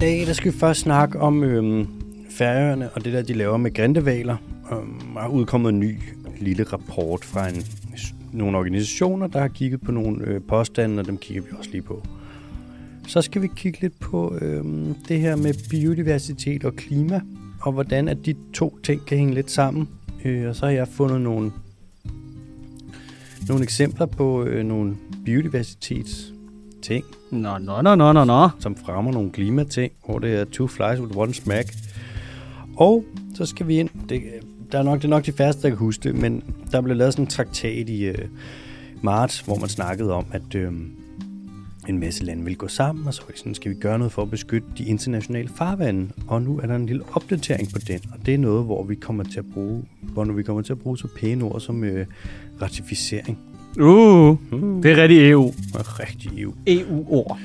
dag der skal vi først snakke om øhm, færøerne og det der, de laver med grindevaler. Øhm, der er udkommet en ny lille rapport fra en, nogle organisationer, der har kigget på nogle øh, påstande, og dem kigger vi også lige på. Så skal vi kigge lidt på øhm, det her med biodiversitet og klima, og hvordan at de to ting kan hænge lidt sammen. Øh, og så har jeg fundet nogle, nogle eksempler på øh, nogle biodiversitets ting, Nå, nå, nå, nå, nå, nå. som fremmer nogle klimating, hvor det er two flies with one smack. Og så skal vi ind, det, der er nok, det er nok de færreste, der kan huske det, men der blev lavet sådan en traktat i øh, marts, hvor man snakkede om, at øh, en masse lande ville gå sammen, og så var det sådan, skal vi gøre noget for at beskytte de internationale farvande? Og nu er der en lille opdatering på den, og det er noget, hvor vi kommer til at bruge, hvor nu vi kommer til at bruge så pæne ord som øh, ratificering. Uh, det er rigtig EU. Og rigtig EU. EU-ord.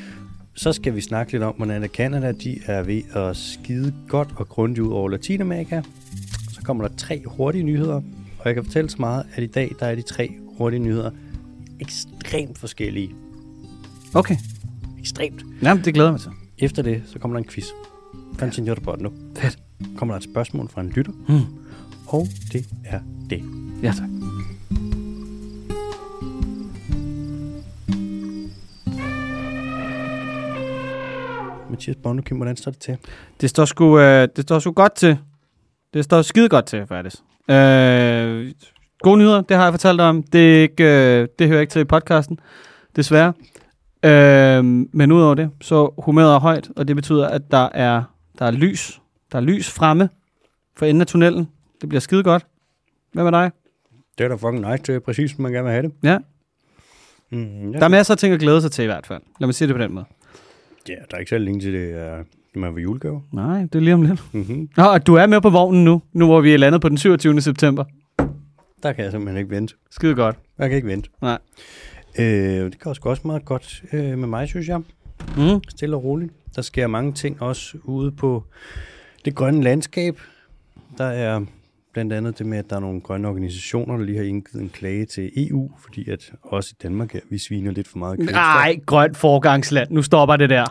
Så skal vi snakke lidt om, hvordan at Canada de er ved at skide godt og grundigt ud over Latinamerika. Så kommer der tre hurtige nyheder, og jeg kan fortælle så meget, at i dag der er de tre hurtige nyheder ekstremt forskellige. Okay. Ekstremt. Jamen, det glæder jeg mig til. Efter det, så kommer der en quiz. Fantinjot på nu. Fedt. Kommer der et spørgsmål fra en lytter, Hmm. og det er det. Ja, tak. Mathias Bondekim, hvordan står det til? Det står sgu, øh, det står sgu godt til. Det står skide godt til, faktisk. Øh, gode nyheder, det har jeg fortalt dig om. Det, er ikke, øh, det hører ikke til i podcasten, desværre. Øh, men udover det, så humøret er højt, og det betyder, at der er, der er lys. Der er lys fremme for enden af tunnelen. Det bliver skide godt. Hvad med dig? Det er da fucking nice, det er præcis, som man gerne vil have det. Ja. Mm, ja. Der er masser af ting at glæde sig til i hvert fald. Lad mig sige det på den måde. ja, der er ikke så længe til det, er, når man vil julegave. Nej, det er lige om lidt. Mm-hmm. Nå, og du er med på vognen nu, nu hvor vi er landet på den 27. september. Der kan jeg simpelthen ikke vente. Skide godt. Jeg kan ikke vente. Nej. Øh, det går sgu også meget godt øh, med mig, synes jeg. Mm. Stille og roligt. Der sker mange ting også ude på det grønne landskab. Der er blandt andet det med, at der er nogle grønne organisationer, der lige har indgivet en klage til EU, fordi at også i Danmark her, vi sviner lidt for meget kvælstof. Nej, grønt forgangsland. Nu stopper det der.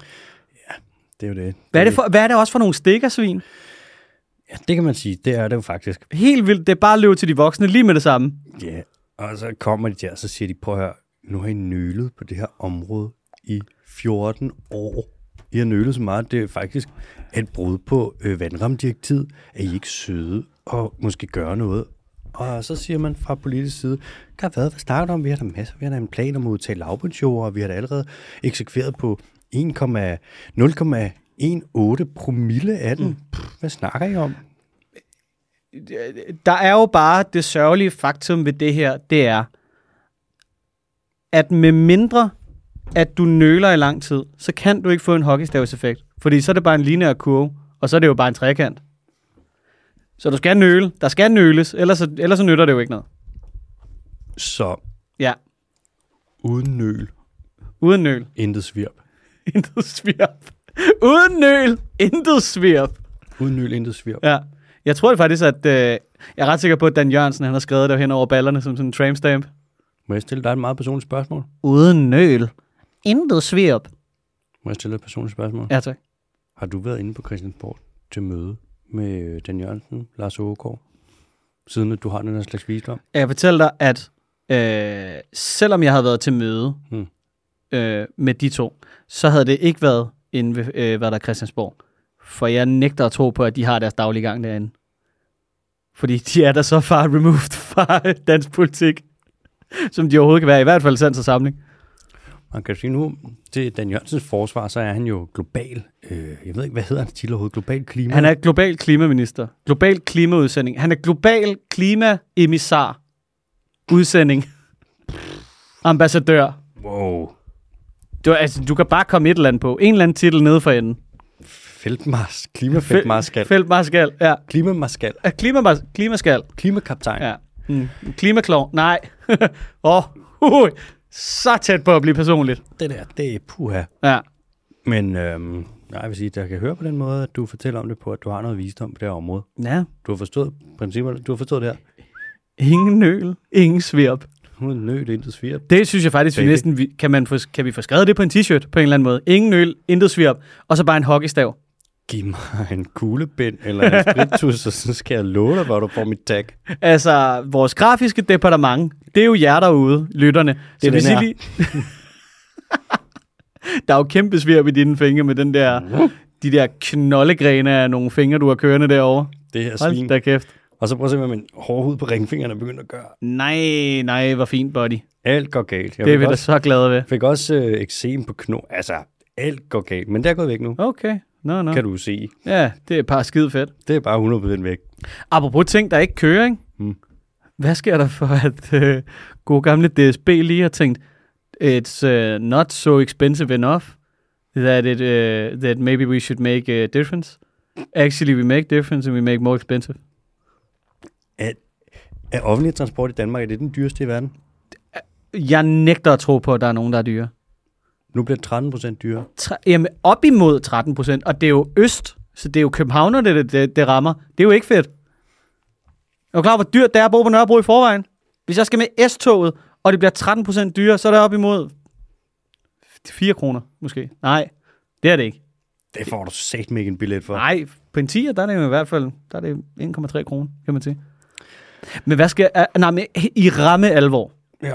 Det er jo det. Hvad er det, for, hvad er det også for nogle stikkersvin? Ja, det kan man sige. Det er det jo faktisk. Helt vildt. Det er bare at løbe til de voksne lige med det samme. Ja. Yeah. Og så kommer de der, og så siger de, prøv at høre, nu har I nølet på det her område i 14 år. I har nølet så meget, det er faktisk et brud på øh, vandramdirektivet, at I ikke søde og måske gøre noget. Og så siger man fra politisk side, kan hvad, hvad snakker du om? Vi har da masser, vi har da en plan om at udtage lavbundsjord, og vi har da allerede eksekveret på 1,018 promille af den. Pff, hvad snakker I om? Der er jo bare det sørgelige faktum ved det her, det er, at med mindre, at du nøler i lang tid, så kan du ikke få en hockeystavseffekt. Fordi så er det bare en lineær kurve, og så er det jo bare en trekant. Så du skal nøle. Der skal nøles, ellers, så- ellers så nytter det jo ikke noget. Så Ja, uden nøl, uden nøl. intet svirp. Intet svirp. Uden nøl. Intet svirp. Uden nøl, intet svirp. Ja. Jeg tror det faktisk, at... Øh, jeg er ret sikker på, at Dan Jørgensen han har skrevet det hen over ballerne som sådan en tramstamp. Må jeg stille dig et meget personligt spørgsmål? Uden nøl. Intet svirp. Må jeg stille dig et personligt spørgsmål? Ja. Ja, tak. Har du været inde på Christiansborg til møde med øh, Dan Jørgensen, Lars Ågaard, siden at du har den her slags visdom? Jeg kan fortælle dig, at øh, selvom jeg havde været til møde Hmm. øh, med de to, så havde det ikke været inde ved, øh, hvad der er Christiansborg. For jeg nægter at tro på, at de har deres daglige gang derinde. Fordi de er da så far removed fra dansk politik, som de overhovedet kan være. I hvert fald sands og samling. Man kan sige nu, til Dan Jørgensens forsvar, så er han jo global. Øh, jeg ved ikke, hvad hedder han til overhovedet? Global klima? Han er global klimaminister. Global klimaudsending. Han er global klimaemissar. Udsending. Ambassadør. Wow. Du, altså, du kan bare komme et eller andet på. En eller anden titel nede for enden. Feltmars. Klimafeltmarskal. Feltmarskal. Ja. Klimamarskal. Ja, Klimamars- Klimaskal. Klimakaptajn. Ja. Ja. Mm. Klimaklov. Nej. Åh. oh. uh. Så tæt på at blive personligt. Det der, det er puha. Ja. Men øhm, nej, jeg vil sige, at jeg kan høre på den måde, at du fortæller om det på, at du har noget visdom på det her område. Ja. Du har forstået principperne, du har forstået det her. Ingen nøl. Ingen svirp. Hun nødt intet svirp. Det synes jeg faktisk, vi Baby. næsten vi- kan, man få, kan vi få skrevet det på en t-shirt på en eller anden måde. Ingen nøl, intet svirp, og så bare en hockeystav. giv mig en kuglepind eller en spritus, og så skal jeg love dig, hvor du får mit tag. Altså, vores grafiske departement, det er jo jer derude, lytterne. Det er den her. lige... der er jo kæmpe svirp i dine fingre med den der, de der knoldegrene af nogle fingre, du har kørende derovre. Det her svin. Hold da kæft. Og så prøv at se, hvad min hårde hud på ringfingrene er begyndt at gøre. Nej, nej, hvor fint, buddy. Alt går galt. Jeg det er fik vi da også, så glade ved. fik også øh, eksem på kno. Altså, alt går galt. Men det er gået væk nu, Okay, nå, nå. kan du se. Ja, det er bare skide fedt. Det er bare 100% væk. Apropos ting, der ikke kører, ikke? Mm. Hvad sker der for, at øh, gode gamle DSB lige har tænkt, it's uh, not so expensive enough that it uh, that maybe we should make a difference. Actually, we make difference and we make more expensive. Er offentlig transport i Danmark, er det den dyreste i verden? Jeg nægter at tro på, at der er nogen, der er dyre. Nu bliver det 13% dyrere. Tre, jamen, op imod 13 procent, og det er jo øst, så det er jo København, det, det, det rammer. Det er jo ikke fedt. Er du klar, hvor dyrt det er at bo på Nørrebro i forvejen? Hvis jeg skal med S-toget, og det bliver 13 procent dyrere, så er det op imod 4 kroner, måske. Nej, det er det ikke. Det får du sagt mig ikke en billet for. Nej, på en 10'er, der er det jo i hvert fald der er det 1,3 kroner, kan man sige. Men hvad skal... ah, Nej, men i ramme alvor. Ja.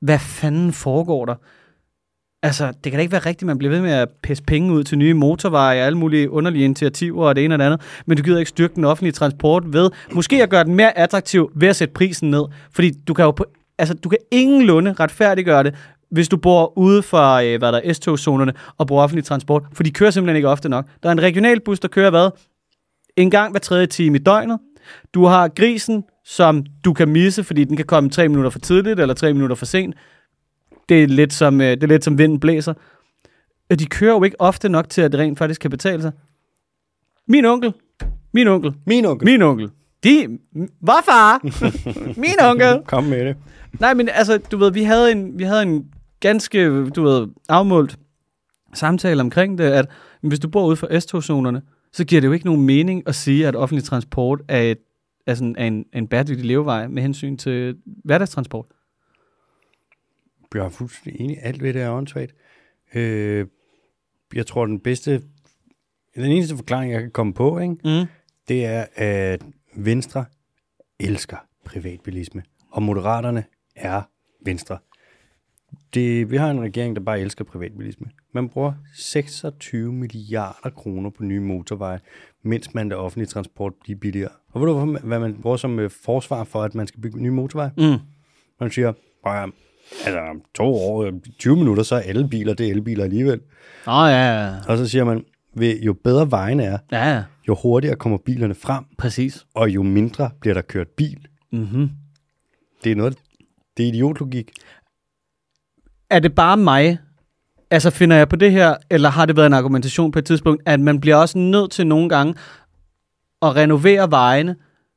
Hvad fanden foregår der? Altså, det kan da ikke være rigtigt, man bliver ved med at pisse penge ud til nye motorveje og alle mulige underlige initiativer og det ene og det andet, men du gider ikke styrke den offentlige transport ved måske at gøre den mere attraktiv ved at sætte prisen ned, fordi du kan jo på, altså, du kan ingenlunde retfærdiggøre det, hvis du bor ude for øh, hvad der er, S-togzonerne og bruger offentlig transport, for de kører simpelthen ikke ofte nok. Der er en regionalbus, der kører hvad? En gang hver tredje time i døgnet. Du har grisen, som du kan misse, fordi den kan komme tre minutter for tidligt eller tre minutter for sent. Det er lidt som, øh, det er lidt som vinden blæser. Øh, De kører jo ikke ofte nok til, at det rent faktisk kan betale sig. Min onkel, min onkel, Min onkel. min onkel, de... Hvorfor? min onkel! Kom med det. Nej, men altså, du ved, vi havde en, vi havde en ganske, du ved, afmålt samtale omkring det, at hvis du bor ude for S-togzonerne, så giver det jo ikke nogen mening at sige, at offentlig transport er, et, er, sådan, er en, en bæredygtig levevej med hensyn til hverdagstransport. Jeg er fuldstændig enig. Alt ved det er åndssvagt. Øh, jeg tror, den bedste... Den eneste forklaring, jeg kan komme på, ikke, Mm. det er, at Venstre elsker privatbilisme, og Moderaterne er Venstre. Det, vi har en regering, der bare elsker privatbilisme. Man bruger 26 milliarder kroner på nye motorveje, mens man lader offentlig transport blive billigere. Og ved du, hvorfor- hvad man bruger som øh, forsvar for, at man skal bygge nye motorveje? Mm. Man siger, "Prøv at høre, altså om to år, øh, 20 minutter, så er alle biler, det er elbiler alligevel. Åh, oh, ja, ja, ja. Og så siger man, "Ved- jo bedre vejen er, ja, ja, jo hurtigere kommer bilerne frem, præcis. og jo mindre bliver der kørt bil. Mm-hmm. Det er noget, det er idiotlogik. Er det bare mig, altså finder jeg på det her, eller har det været en argumentation på et tidspunkt, at man bliver også nødt til nogle gange at renovere vejene,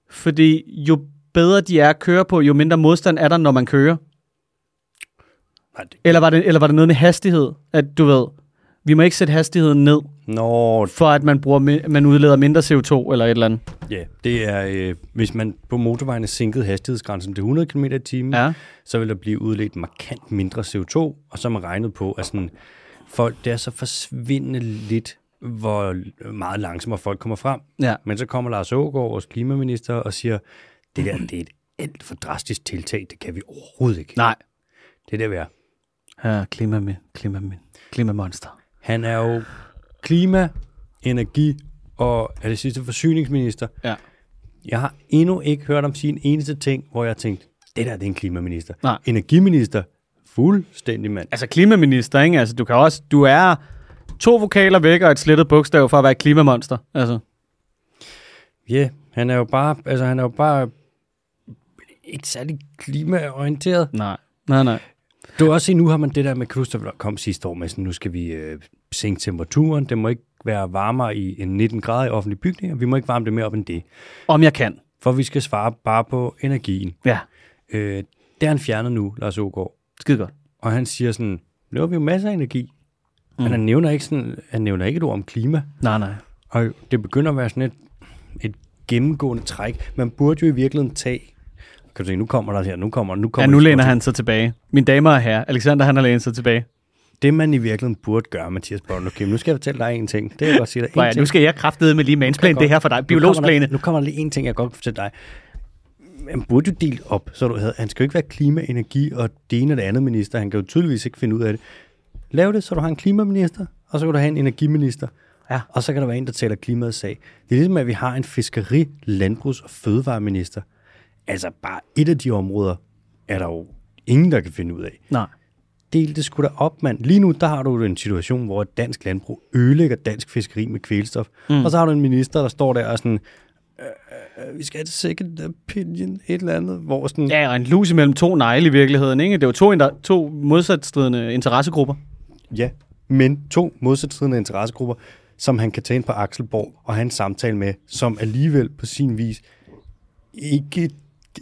fordi jo bedre de er at køre på, jo mindre modstand er der, når man kører. Nej, det... Eller var det, eller var det noget med hastighed? At du ved, vi må ikke sætte hastigheden ned, Nå, for at man, bruger, mi- man udleder mindre CO2 eller et eller andet. ja, det er, øh, hvis man på motorvejen sænkede hastighedsgrænsen til 100 km i timen, Ja. så vil der blive udledt markant mindre CO2, og så har man regnet på, at sådan, folk, det er så forsvindende lidt, hvor meget langsommere folk kommer frem. Ja. Men så kommer Lars Ågaard, vores klimaminister, og siger, det der, det er et alt for drastisk tiltag, det kan vi overhovedet ikke. Nej. Det er det værd. Ja, klima, klima, klimamonster. Han er jo klima, energi og er det sidste forsyningsminister. Ja. Jeg har endnu ikke hørt om sin eneste ting, hvor jeg har tænkt, det der det er en klimaminister. Nej. Energiminister, fuldstændig mand. Altså klimaminister, ikke? Altså, du, kan også, du er to vokaler væk og et slettet bogstav for at være et klimamonster. Altså. Ja, yeah, han er jo bare, altså han er jo bare ikke særlig klimaorienteret. Nej. Nej, nej. Du har også set, nu har man det der med Krustov, der kom sidste år med sådan, nu skal vi øh, sænke temperaturen, det må ikke være varmere i end 19 grader i offentlige bygninger, vi må ikke varme det mere op end det, Om jeg kan. for vi skal svare bare på energien. Ja. Øh, det har han fjernet nu, Lars Ågaard. Skide godt. Og han siger sådan, nu har vi jo masser af energi. Mm. Men han nævner, ikke sådan, han nævner ikke et ord om klima. Nej, nej. Og det begynder at være sådan et, et gennemgående træk. Man burde jo i virkeligheden tage... Kan du se, nu kommer der her, nu kommer der, nu kommer Ja, nu der- læner han sig tilbage. Mine damer og herrer, Alexander han har lænet sig tilbage. det man i virkeligheden burde gøre, Mathias Bollen. Okay, nu skal jeg fortælle dig en ting. Det er jeg godt sige dig. En Maja, ting. nu skal jeg kraftede med lige mansplan det her for dig. Biologsplæne. Nu kommer der, nu kommer der lige en ting, jeg godt kan fortælle dig. Han burde jo dele op, så du havde. Han skal jo ikke være klima, energi og det ene og det andet minister. Han kan jo tydeligvis ikke finde ud af det. Lav det, så du har en klimaminister, og så kan du have en energiminister. Ja. Og så kan der være en, der taler klimaets sag. Det er ligesom, at vi har en fiskeri-, landbrugs- og fødevareminister. Altså bare et af de områder er der jo ingen, der kan finde ud af Nej. del det sgu da op, mand. Lige nu, der har du en situation, hvor et dansk landbrug ødelægger dansk fiskeri med kvælstof. Mm. Og så har du en minister, der står der og sådan, "Øh, øh, vi skal have et second opinion, et eller andet, hvor sådan, ja. Ja, og en lus imellem to negle i virkeligheden, ikke? Det var to, inter- to modsatstridende interessegrupper. ja, men to modsatstridende interessegrupper, som han kan tage ind på Akselborg og have en samtale med, som alligevel på sin vis ikke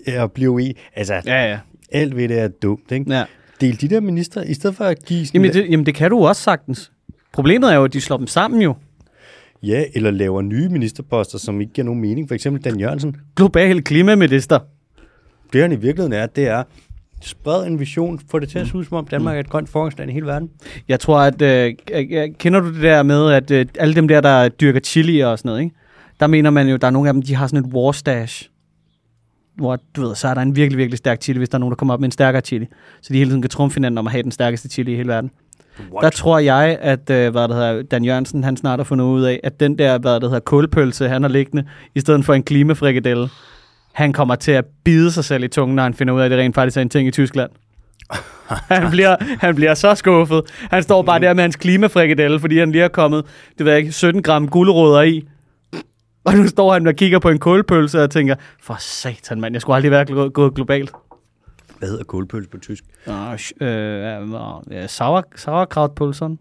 er at blive i. Altså, ja. ja. alt ved det er dumt, ikke? Ja. Del de der minister, i stedet for at give sådan, Jamen, det, jamen, det kan du også sagtens. Problemet er jo, at de slår dem sammen jo. ja, eller laver nye ministerposter, som ikke giver nogen mening. For eksempel Dan Jørgensen, Global klimaminister. det han i virkeligheden er, det er spred en vision, få det til at se ud som om Danmark er et grønt foregangsland i hele verden. Jeg tror, at... Øh, øh, kender du det der med, at øh, alle dem der, der dyrker chili og sådan noget, ikke? Der mener man jo, at der er nogle af dem, de har sådan et war stash. Hvor, du ved, så er der en virkelig, virkelig stærk chili, hvis der er nogen, der kommer op med en stærkere chili. Så de hele tiden kan trumfe hinanden om at have den stærkeste chili i hele verden. What? Der tror jeg, at øh, hvad det hedder, Dan Jørgensen han snart har fundet ud af, at den der hvad det hedder, kålpølse, han har liggende, i stedet for en klimafrikadelle, han kommer til at bide sig selv i tungen, når han finder ud af, at det rent faktisk er en ting i Tyskland. han, bliver, han bliver så skuffet. Han står bare der med hans klimafrikadelle, fordi han lige har kommet det ved jeg ikke, 17 gram gulerødder i. Og nu står han og kigger på en kålpølse og tænker, for satan mand, jeg skulle aldrig være glo- gået globalt. Hvad hedder kålpølse på tysk? Nå, sh- øh, øh, øh, sauer, sauerkrautpølseren.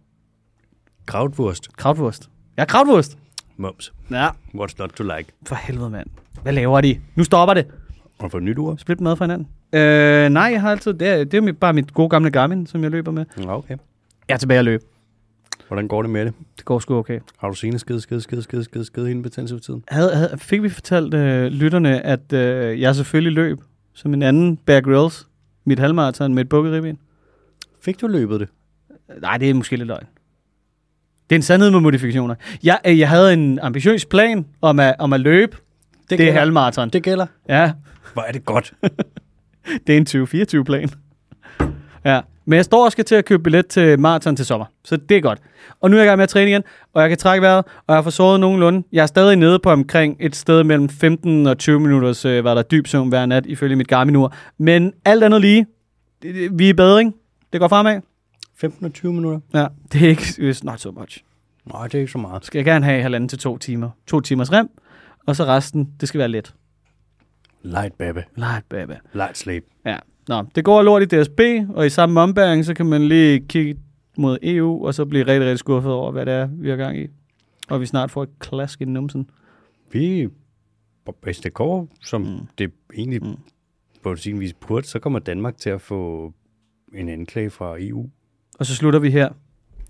Krautwurst. Krautvurst. Ja, krautvurst. Moms. Ja. What's not to like? For helvede, mand. Hvad laver de? Nu stopper det. Og for et nyt ord? Split mad fra hinanden. Øh, nej, jeg har altid... Det er, det er mit, bare mit gode gamle Garmin, som jeg løber med. Nå, okay. Jeg er tilbage at løbe. Hvordan går det med det? Det går sgu okay. Har du senere skede, skede, skede, skede, skede, skede hende betændelsestiden? Havde, havde, fik vi fortalt øh, lytterne, at øh, jeg selvfølgelig løb som en anden Bear Grylls, mit halvmarathon med et bukket ribben? Fik du løbet det? Nej, det er måske lidt løgn. Det er en sandhed med modifikationer. Jeg, øh, jeg havde en ambitiøs plan om at, om at løbe det, det gælder. halvmarathon. Det. Det gælder. Ja, Hvor er det godt. Det er en 2024-plan. Ja. Men jeg står og skal til at købe billet til maraton til sommer, så det er godt. Og nu er jeg i gang med at træne igen, og jeg kan trække vejret, og jeg får sovet nogenlunde. Jeg er stadig nede på omkring et sted mellem 15 og 20 minutters øh, hvad der er dyb søvn hver nat, ifølge mit Garmin-ur. Men alt andet lige, det- det- vi er i bedring. Det går fremad. 15 og 20 minutter? Ja, det er ikke it's not so much. Nej, det er ikke så meget. Skal jeg gerne have halvanden til to timer. To timers rem, og så resten, det skal være let. Light, baby. Light, baby. Light sleep. Ja, Nå, det går lort i DSB, og i samme ombæring, så kan man lige kigge mod EU, og så blive rigtig, rigtig skuffet over, hvad det er, vi har gang i. Og vi snart får et klask i numsen. Vi, hvis det går, som mm. det egentlig mm. på sin vis burde, så kommer Danmark til at få en anklage fra E EU. Og så slutter vi her.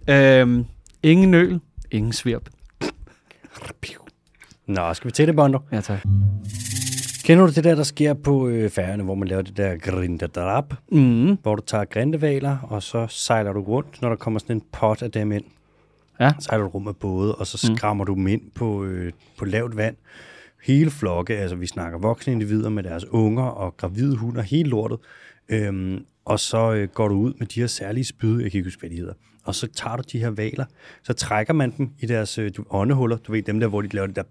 Øhm, ingen nøl, ingen svirp. Nå, skal vi til det, Bondo? Ja, tak. Kender du det der, der sker på øh, færgerne, hvor man laver det der grindedrab, Mm, hvor du tager grindevaler, og så sejler du rundt, når der kommer sådan en pot af dem ind. Ja. Sejler du rundt med både, og så skrammer du dem ind på, øh, på lavt vand. Hele flokke, altså vi snakker voksne individer med deres unger og gravide hunder, hele lortet. Øhm, og så øh, går du ud med de her særlige spyd, jeg kan ikke huske, hvad de hedder. Og så tager du de her valer, så trækker man dem i deres øh, du- åndehuller, du ved dem der, hvor de laver det der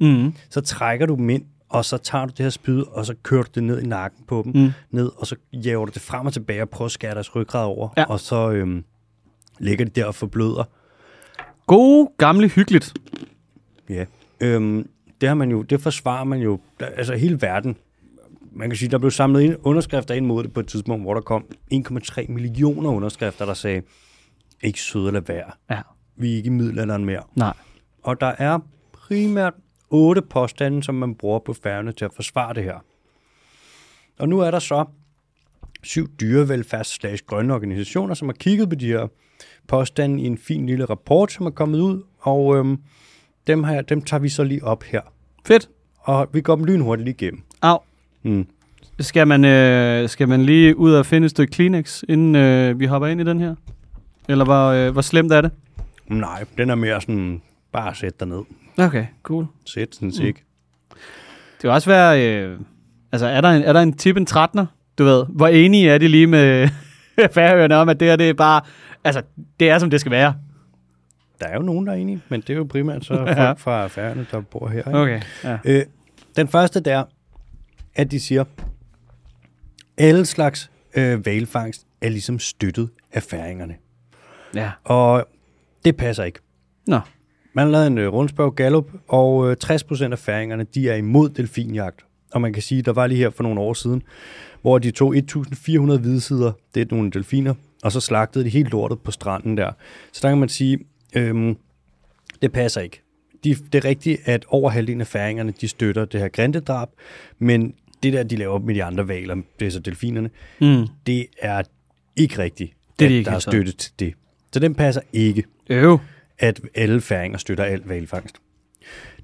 mm, så trækker du dem ind, og så tager du det her spyd, og så kører du det ned i nakken på dem, mm. ned, og så jager du det frem og tilbage og prøver at skære deres ryggrad over, Ja. og så øhm, ligger de der og forbløder. God, gamle, hyggeligt. Ja. Øhm, det, har man jo, det forsvarer man jo, der, altså hele verden. Man kan sige, der blev samlet ind, underskrifter ind mod det på et tidspunkt, hvor der kom 1,3 millioner underskrifter, der sagde, ikke søde eller værd. Ja, Vi er ikke i middelalderen mere. nej. Og der er primært otte påstande, som man bruger på færgerne til at forsvare det her. Og nu er der så syv dyrevelfærds-grønne organisationer, som har kigget på de her påstande i en fin lille rapport, som er kommet ud, og øhm, dem, her, dem tager vi så lige op her. Fedt. Og vi går dem lynhurtigt lige igennem. Au. Mm. Skal man, øh, skal man lige ud og finde et stykke Kleenex, inden øh, vi hopper ind i den her? Eller hvor, øh, hvor slemt er det? Nej, den er mere sådan, bare sæt dig ned. Okay, cool. Sæt Mm. sådan set. Det kan også være... Øh, altså, er der, en, er der en tip, en 13'er? Du ved, hvor enige er de lige med færøerne om, at det her, det er bare... Altså, det er, som det skal være. Der er jo nogen, der er enige, men det er jo primært så folk Ja. fra færgerne, der bor her. Ikke? Okay, ja. Øh, den første der, at de siger, alle slags øh, valfangst er ligesom støttet af færingerne. ja. Og det passer ikke. Nå, Man har lavet en øh, rundspørg Gallup, og øh, 60% af færingerne, de er imod delfinjagt. Og man kan sige, der var lige her for nogle år siden, hvor de tog 1.400 hvidsider, det er nogle delfiner, og så slagtede de helt lortet på stranden der. Så der kan man sige, øhm, det passer ikke. De, det er rigtigt, at over halvdelen af færingerne, de støtter det her grindedrab, men det der, de laver med de andre valer, det er så delfinerne, mm. det er ikke rigtigt, Det er at de ikke der er helt så. støtte til det. Så den passer ikke Øv. at alle færinger støtter alt valfangst.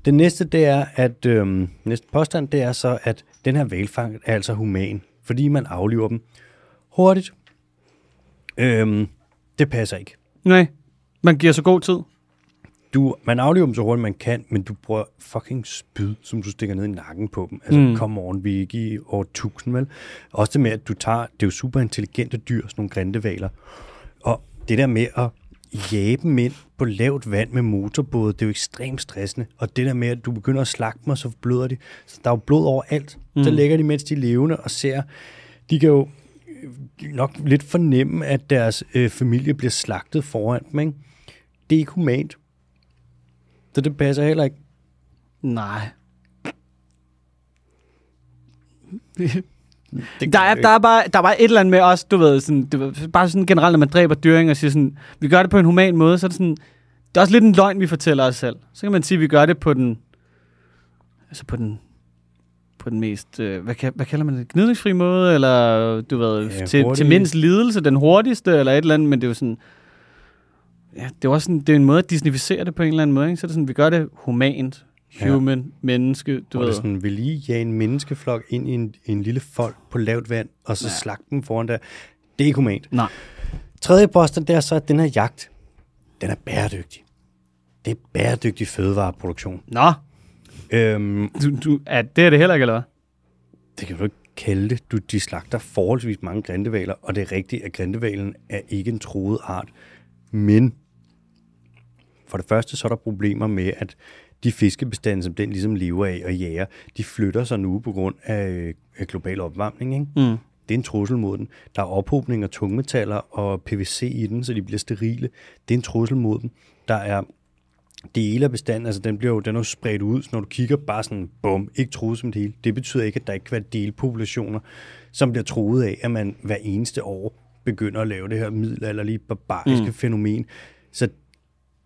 Det næste, det er, at øhm, næste påstand, det er så, at den her valfangst er altså human, fordi man afliver dem hurtigt. Øhm, det passer ikke. Nej, man giver så god tid. Du, man afliver dem så hurtigt, man kan, men du bruger fucking spyd, som du stikker ned i nakken på dem. Altså, mm. come on, vi er ikke i år 1000, vel? Også det med, at du tager, det er jo super intelligente dyr, sådan nogle grindevaler. Og det der med at jage dem ind på lavt vand med motorbåde, det er jo ekstremt stressende. Og det der med, at du begynder at slagte dem, og så bløder de. Så der er jo blod overalt. Mm. Så ligger de, mens de er levende, og ser, de kan jo øh, nok lidt fornemme, at deres øh, familie bliver slagtet foran dem, ikke? Det er ikke humant. Så det passer heller ikke. Nej. Der er, der, er bare, der er bare et eller andet med os, du ved, sådan, du ved, bare sådan generelt, når man dræber dyring og siger sådan, vi gør det på en human måde, så er det sådan, det er også lidt en løgn, vi fortæller os selv. Så kan man sige, at vi gør det på den, altså på den, på den mest, øh, hvad, ka- hvad kalder man det, gnidningsfri måde, eller du ved, Ja, ja, til, hurtig. til mindst lidelse, den hurtigste, eller et eller andet, men det er jo sådan, ja, det er jo også sådan, det er en måde at disnificere det på en eller anden måde, ikke? så er det sådan, vi gør det humant, Ja. human, menneske, du Du ved. ved. Det sådan, vil lige jage en menneskeflok ind i en, en lille folk på lavt vand, og så ja. slagte dem foran der. Det er ikke humant. Nej. Tredje påstand, det er så, at den her jagt, den er bæredygtig. Det er bæredygtig fødevareproduktion. Nå, Øhm, du, du, ja, det er det heller ikke, eller hvad? det kan du ikke kalde det. Du, de slagter forholdsvis mange grindevaler, og det er rigtigt, at grindevalen er ikke en troet art. Men for det første, så er der problemer med, at de fiskebestande, som den ligesom lever af og jager, de flytter sig nu på grund af øh, global opvarmning. Ikke? Mm. Det er en trussel mod den. Der er ophobning af tungmetaller og PVC i den, så de bliver sterile. Det er en trussel mod dem. Der er dele af bestanden, altså den bliver jo, den er jo spredt ud, så når du kigger bare sådan, bum, ikke truet som det hele. Det betyder ikke, at der ikke kan være delpopulationer, som bliver truet af, at man hver eneste år begynder at lave det her middelalderlige barbariske mm. fænomen. Så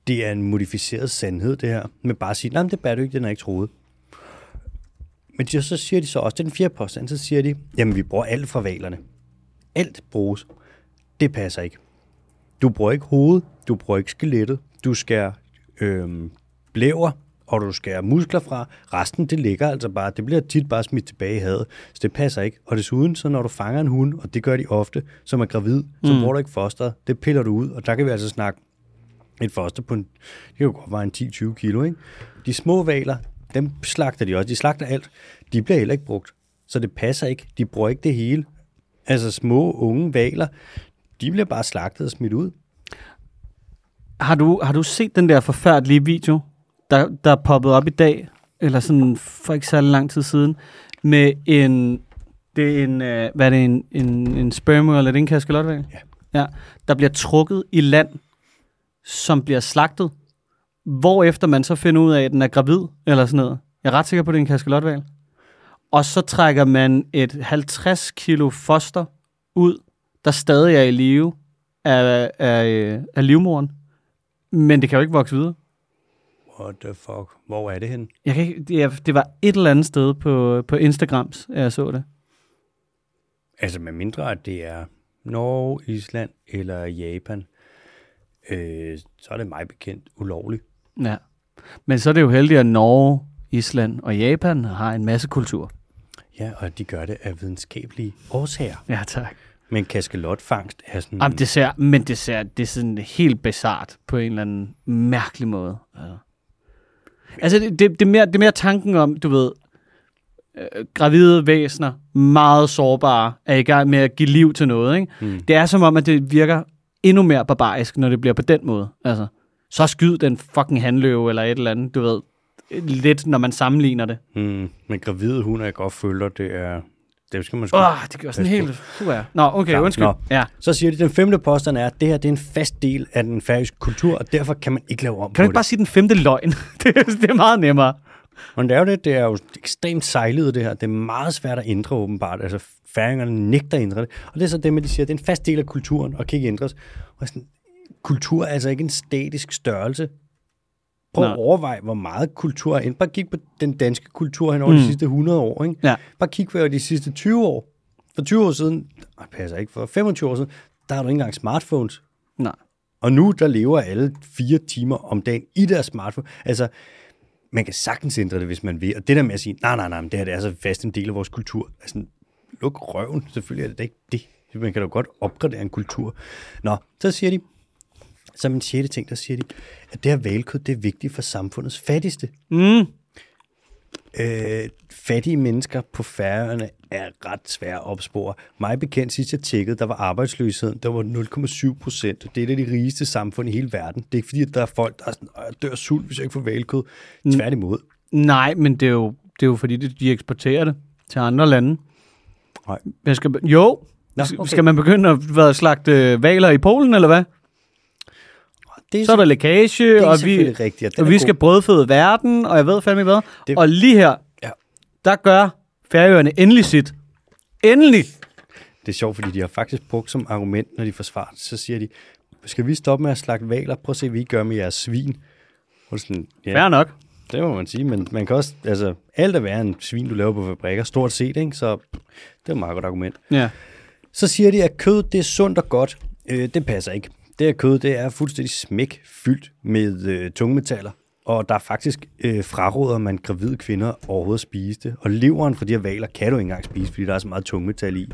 det er en modificeret sandhed, det her, med bare at sige, nej, men det er bæredygtigt, den er ikke truet. Men de, så siger de så også, det er den fjerde påstand, så siger de, jamen vi bruger alt fra valerne. Alt bruges. Det passer ikke. Du bruger ikke hovedet, du bruger ikke skelettet, du skærer øhm, blæver, og du skærer muskler fra. Resten, det ligger altså bare, det bliver tit bare smidt tilbage i havet, så det passer ikke. Og desuden, så når du fanger en hund, og det gør de ofte, som er gravid, så mm. bruger du ikke fosteret, det piller du ud, og der kan vi altså snakke et foster på en, det kan jo godt være en 10-20 kilo, ikke? De små valer, dem slagter de også. De slagter alt. De bliver heller ikke brugt. Så det passer ikke. De bruger ikke det hele. Altså små, unge valer, de bliver bare slagtet og smidt ud. Har du, har du set den der forfærdelige video, der, der er poppet op i dag, eller sådan for ikke særlig lang tid siden, med en, det er en, øh, hvad er det, en, en, en sperm eller er det en kaskelotval? Ja. ja. Der bliver trukket i land, som bliver slagtet, hvorefter man så finder ud af, at den er gravid, eller sådan noget. Jeg er ret sikker på, at det er en kaskelotval. Og så trækker man et 50 kilo foster ud, der stadig er i live af, af, øh, af livmoren. Men det kan jo ikke vokse videre. What the fuck? Hvor er det henne? Jeg kan ikke, det, er- det var et eller andet sted på, på Instagrams, at jeg så det. Altså med mindre, at det er Norge, Island eller Japan, øh, så er det mig bekendt ulovligt. Ja. Men så er det jo heldigt, at Norge, Island og Japan har en masse kultur. Ja, og de gør det af videnskabelige årsager. Ja, tak. Men kaskelotfangst er sådan... Jamen, det ser, men det ser, det er sådan helt bizart på en eller anden mærkelig måde. Altså, altså det, det, det, er mere, det er mere tanken om, du ved, øh, gravide væsener, meget sårbare, er i gang med at give liv til noget. Ikke? Mm. Det er som om, at det virker endnu mere barbarisk, når det bliver på den måde. Altså, så skyd den fucking handløve eller et eller andet, du ved. Lidt, når man sammenligner det. Mm, men gravide hunde, jeg godt føler, det er... Det skal man sgu... Åh, oh, det gør sådan Pas på. helt... Uh, ja. Nå, okay, Klar. undskyld. Nå. Ja. Så siger de, den femte påstand er, at det her det er en fast del af den færøske kultur, og derfor kan man ikke lave om Kan du på ikke bare sige den femte løgn? det, er, det er meget nemmere. det. Men det er jo det, det er jo ekstremt sejlet, det her. Det er meget svært at ændre, åbenbart. Altså, færingerne nægter at ændre det. Og det er så det, med, de siger, det er en fast del af kulturen, og kan ikke ændres. Og jeg er sådan, kultur er altså ikke en statisk størrelse. Prøv Nej. at overveje, hvor meget kultur er ændret. Bare kig på den danske kultur hen over mm. de sidste 100 år. Ikke? Ja. Bare kig på de sidste 20 år. For 20 år siden, nej, passer ikke, for 25 år siden, der har du ikke engang smartphones. Nej. Og nu, der lever alle fire timer om dagen i deres smartphone. Altså, man kan sagtens ændre det, hvis man vil. Og det der med at sige, nej, nej, nej, men det her det er altså fast en del af vores kultur. Altså, luk røven. Selvfølgelig er det da ikke det. Man kan da godt opgradere en kultur. Nå, så siger de, som en sjette ting, der siger de, at det her valgkød, det er vigtigt for samfundets fattigste Mm. øh, fattige mennesker på færøerne er ret svære at opspore. Mig bekendt sidst jeg tjekkede, der var arbejdsløsheden, der var 0,7 procent. Det er det, af de rigeste samfund i hele verden. Det er ikke fordi, at der er folk, der er sådan, "Åh, jeg dør af sult, hvis jeg ikke får valgkød. Tværtimod. Nej, men det er jo, det er jo fordi, de de eksporterer det til andre lande. Nej. Men skal, jo, Nå, Nå, okay. okay. skal man begynde at hvad, slagte valer i Polen, eller hvad? Det er, Så er der det lækage, er og vi, selvfølgelig rigtigt. den og er vi god. skal brødføde verden, og jeg ved fandme hvad. Det- Det... Og lige her, Ja. ja. der gør færøerne endelig sit. Endelig! Det er sjovt, fordi de har faktisk brugt som argument, når de forsvarer det, så siger de, skal vi stoppe med at slagte valer? Prøv at se, hvad I gør med jeres svin. Og sådan, ja, Fair nok. Det må man sige, men man kan også, altså, alt er værre end svin, du laver på fabrikker, stort set, ikke? Så det er et meget godt argument. Ja. Så siger de, at kød, det er sundt og godt. Øh, det passer ikke. Det her kød, det er fuldstændig smæk fyldt med øh, tungmetaller. Og der er faktisk øh, fraråder man gravide kvinder overhovedet at spise det. Og leveren fra de her valer kan du ikke engang spise, fordi der er så meget tungmetal i.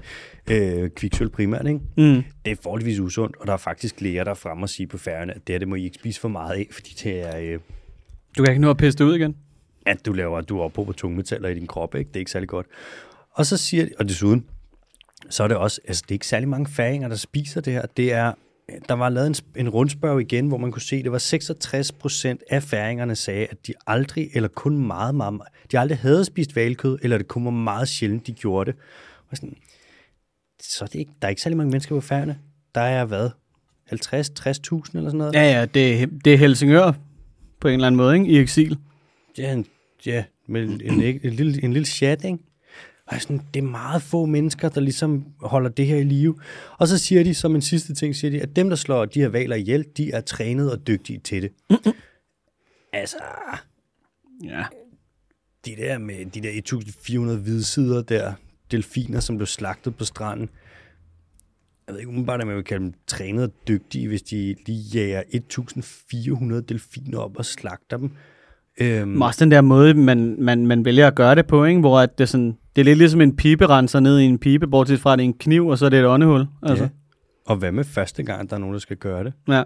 Øh, kviksøl primært, ikke? Mm. Det er forholdsvis usundt, og der er faktisk læger, der er fremme og sige på færgerne, at det her, det må I ikke spise for meget af, fordi det er... Øh, Du kan ikke nå at pisse det ud igen. at du laver, at du er oppe på tungmetaller i din krop, ikke? Det er ikke særlig godt. Og så siger de, og desuden, så er det også, altså det er ikke særlig mange færinger, der spiser det her. Det er, der var lavet en, sp- en rundspørg igen, hvor man kunne se, at det var 66 procent af færingerne sagde, at de aldrig, eller kun meget, meget, meget- de aldrig havde spist valkød, eller det kun var meget sjældent, de gjorde det. Og sådan, så er det ikke, der er ikke særlig mange mennesker på færgerne. Der er hvad? 50-60.000 eller sådan noget? Ja, ja, det, er- det er Helsingør på en eller anden måde, ikke? I eksil. Ja, en, ja med en, en, en, en, lille, en lille chat, ikke? Og jeg er sådan, det er meget få mennesker, der ligesom holder det her i live. Og så siger de, som en sidste ting, siger de, at dem, der slår de her valer ihjel, de er trænet og dygtige til det. altså, Ja. de der med de der 1400 hvidsider der, delfiner, som blev slagtet på stranden, jeg ved ikke umiddelbart, om jeg vil kalde dem trænet og dygtige, hvis de lige jager 1400 delfiner op og slagter dem. Øhm, Men også den der måde, man, man, man vælger at gøre det på, ikke? hvor at det, er sådan, det er lidt ligesom en piberenser ned i en pibe, bortset fra, at det er en kniv, og så er det et åndehul. Altså. Ja. Og hvad med første gang, der er nogen, der skal gøre det? Ja. Det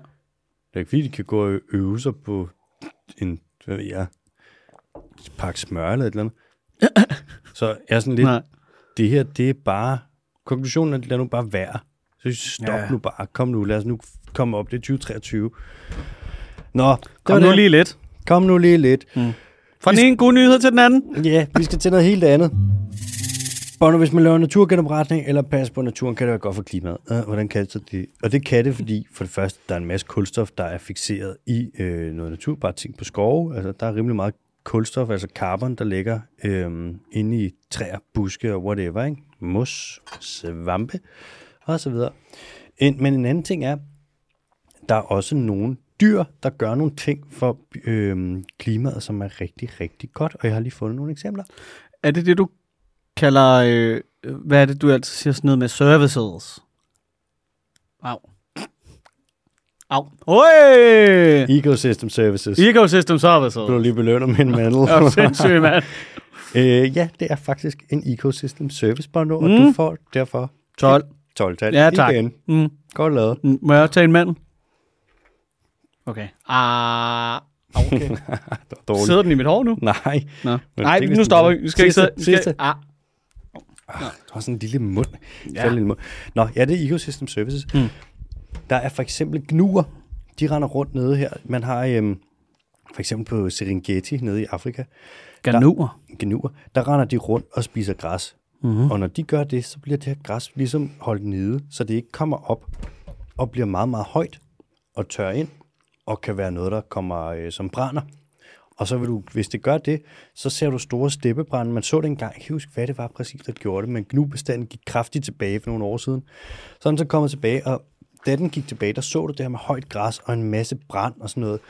er ikke fordi, de kan gå og øve sig på en, hvad ved jeg, et pakke smør eller et eller andet. Så jeg er sådan lidt, Nej. det her, det er bare, konklusionen er, lad nu bare være. Så stop ja. Ja. nu bare, kom nu, lad os nu komme op, det er 2023. Nå, det var Kom nu det. lige lidt. kom nu lige lidt. Fra den ene gode nyhed til den anden. Ja, vi skal til noget helt andet. Bono, hvis man laver naturgenopretning eller passer på naturen, kan det være godt for klimaet. Øh, hvordan kan det så det? Og det kan det, fordi for det første, der er en masse kulstof, der er fixeret i øh, noget natur, bare ting på skove. Altså, der er rimelig meget kulstof, altså carbon, der ligger øh, inde i træer, buske og whatever, ikke? Mos, svampe og så videre. En, men en anden ting er, der er også nogle dyr, der gør nogle ting for øh, klimaet, som er rigtig, rigtig godt. Og jeg har lige fundet nogle eksempler. Er det det, du kalder, øh, hvad er det, du altid siger sådan noget med services? Au. Au. Oi! Ecosystem Services. I- Ecosystem services. blev lige belønnet med en mandel. Er du sindssyg, mand? øh, ja, det er faktisk en Ecosystem Service Bono, og mm. du får derfor 12. 12 tal Ja, tak. igen. Mm. Godt lavet. Mm, Må jeg også tage en mand? Okay. Ah, okay. Dårligt. Sidder den i mit hår nu? Nej. Nå. Men Nej, det er nu vist- stopper vi. Vi skal ikke Sidste, sidde. vi skal- sidste. Ah, Ah, du har sådan en lille mund. Ja. Ja. Lille mund. Nå, ja, det er Ecosystem Services. Mm. Mm. Der er for eksempel gnuer. De render rundt nede her. Man har øhm, for eksempel på Serengeti nede i Afrika. ganuer. Gnuer. Der render de rundt og spiser græs. Mm-hmm. Og når de gør det, så bliver det her græs ligesom holdt nede, så det ikke kommer op og bliver meget, meget højt og tør ind og kan være noget, der kommer øh, som brænder. Og så vil du, hvis det gør det, så ser du store steppebrænde. Man så det engang, jeg kan ikke huske, hvad det var præcis, der gjorde det, men gnubestanden gik kraftigt tilbage for nogle år siden. Så er den så kommet tilbage, og da den gik tilbage, der så du det her med højt græs og en masse brand og sådan noget.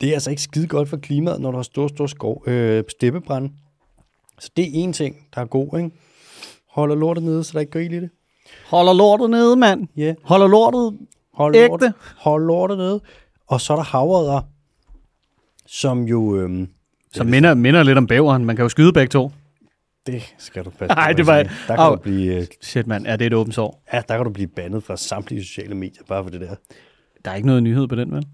Det er altså ikke skide godt for klimaet, når du har store, store skov, øh, steppebrænde. Så det er en ting, der er god, ikke? Holder lortet nede, så der ikke går ild i det. Holder lortet nede, mand. Ja. Holder lortet. Hold Ægte. lortet, hold lortet nede. Og så er der havredder, som jo... Øhm, Som minder, minder lidt om bæveren. Man kan jo skyde begge to. det skal du passe på, Ej, hvad det jeg var- siger. Der kan, Au. du blive, øh, Shit, mand. Er det et åbent sår? ja, der kan du blive bandet fra samtlige sociale medier, bare for det der. Der er ikke noget nyhed på den, vel?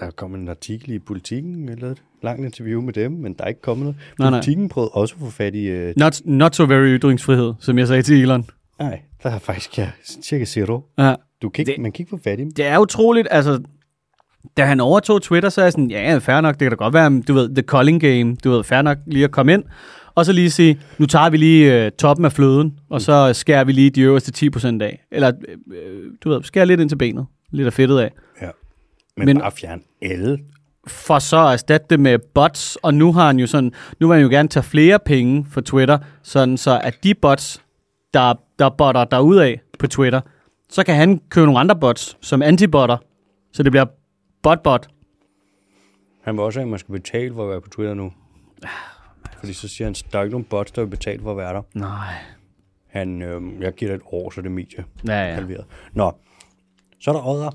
Der er kommet en artikel i Politiken, eller et langt interview med dem, men der er ikke kommet noget. Nej, nej. Politiken prøvede også at få fat i... Øh, Not, not so very ytringsfrihed, som jeg sagde til Elon. nej, der er faktisk ja, cirka zero. Ja. Du kan ikke, Det- man kan ikke få fat i dem. Det er utroligt, altså... Da han overtog Twitter, så er jeg sådan, ja, fair nok, det kan da godt være, men du ved, the calling game, du ved, fair nok lige at komme ind, og så lige sige, nu tager vi lige øh, toppen af fløden, og så skærer vi lige de øverste 10% af. Eller, øh, øh, du ved, skærer lidt ind til benet, lidt af fedtet af. Ja. Men, Men- men bare fjerne alle for så at erstatte det med bots, og nu har han jo sådan, nu vil han jo gerne tage flere penge for Twitter, sådan så at de bots, der, der botter derud af på Twitter, så kan han købe nogle andre bots som antibotter, så det bliver bot-bot. Han vil også have, at man skal betale for at være på Twitter nu. Fordi så siger han, der er ikke nogen bots, der vil betale for at være der. Nej. Han, øh, jeg giver det et år, så det medie Ja, ja. halveret. Nå, så er der odder.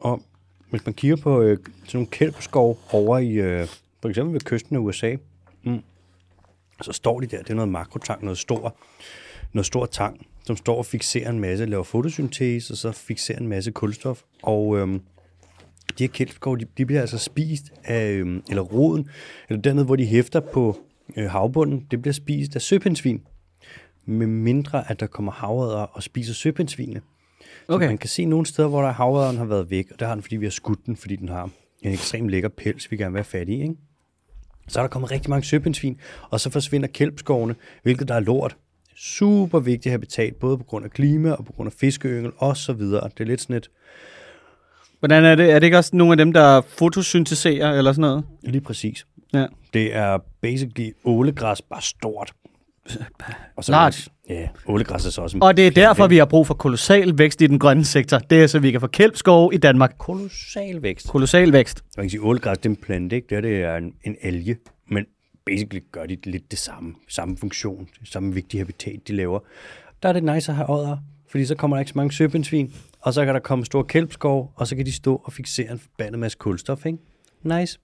Og hvis man kigger på øh, sådan nogle kælpskov over i, øh, for eksempel ved kysten af USA, mm, så står de der, det er noget makrotang, noget stor, noget stor tang, som står og fixerer en masse, laver fotosyntese, og så fixerer en masse kulstof. Og øh, de her kælpskov, de, de bliver altså spist af, øh, eller roden, eller dernede, hvor de hæfter på øh, havbunden, det bliver spist af søpindsvin med mindre at der kommer havredder og spiser søpindsvinene. Okay. Så man kan se nogle steder, hvor der havredderen har været væk, og det har den, fordi vi har skudt den, fordi den har en ekstremt lækker pels, vi gerne vil have fat i. Ikke? Så er der kommet rigtig mange søpindsvin, og så forsvinder kælpskovene, hvilket der er lort. Super vigtigt habitat, både på grund af klima og på grund af fiskeyngel og så videre. Det er lidt sådan et, Hvordan er det? Er det ikke også nogle af dem, der fotosyntiserer eller sådan noget? lige præcis. Ja. Det er basically ålegræs, bare stort. Og så Large. Ja, ålegræs er så også en Og det er derfor, vi har brug for kolossal vækst i den grønne sektor. Det er så, vi kan få kælpskove i Danmark. kolossal vækst. Kolossal vækst. Man kan sige, ålegræs, det er en plante, ikke? Det, her, det er en, en alge, men basically gør de lidt det samme, samme funktion, det samme vigtige habitat, de laver. Der er det nice at have ådder, fordi så kommer der ikke så mange søbindsvin, og så kan der komme store kælpskov, og så kan de stå og fixere en forbandet masse kulstof, ikke? Nice.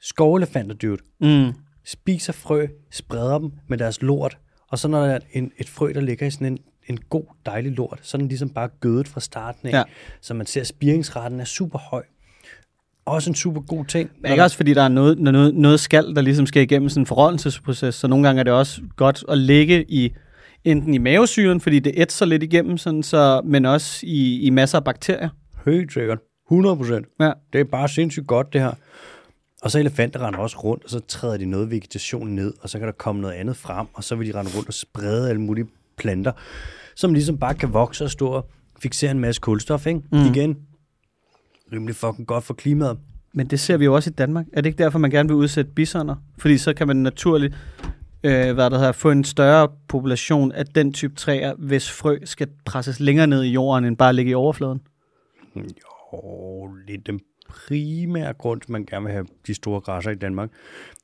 Skovelefanter, dude, Mm. spiser frø, spreder dem med deres lort, og så når der er en, et frø, der ligger i sådan en, en god, dejlig lort, så er den ligesom bare gødet fra starten af, Ja. ja. så man ser, at spiringsraten er super høj. Også en super god ting. Men ikke også, fordi der er noget, noget, noget skal, der ligesom skal igennem sådan en forrådelsesproces, så nogle gange er det også godt at ligge i enten i mavesyren, fordi det ætser lidt igennem, sådan så, men også i, i masser af bakterier. Helt sikkert. 100 procent. Ja. Det er bare sindssygt godt, det her. Og så elefanter render også rundt, og så træder de noget vegetation ned, og så kan der komme noget andet frem, og så vil de rende rundt og sprede alle mulige planter, som ligesom bare kan vokse og stå og fixere en masse kulstof, ikke? Mm. Igen. Rimelig fucking godt for klimaet. Men det ser vi jo også i Danmark. Er det ikke derfor, man gerne vil udsætte bisoner? Fordi så kan man naturligt øh, hvad der hedder, få en større population af den type træer, hvis frø skal presses længere ned i jorden, end bare ligge i overfladen. Jo, det er den primære grund, til, man gerne vil have de store græsser i Danmark.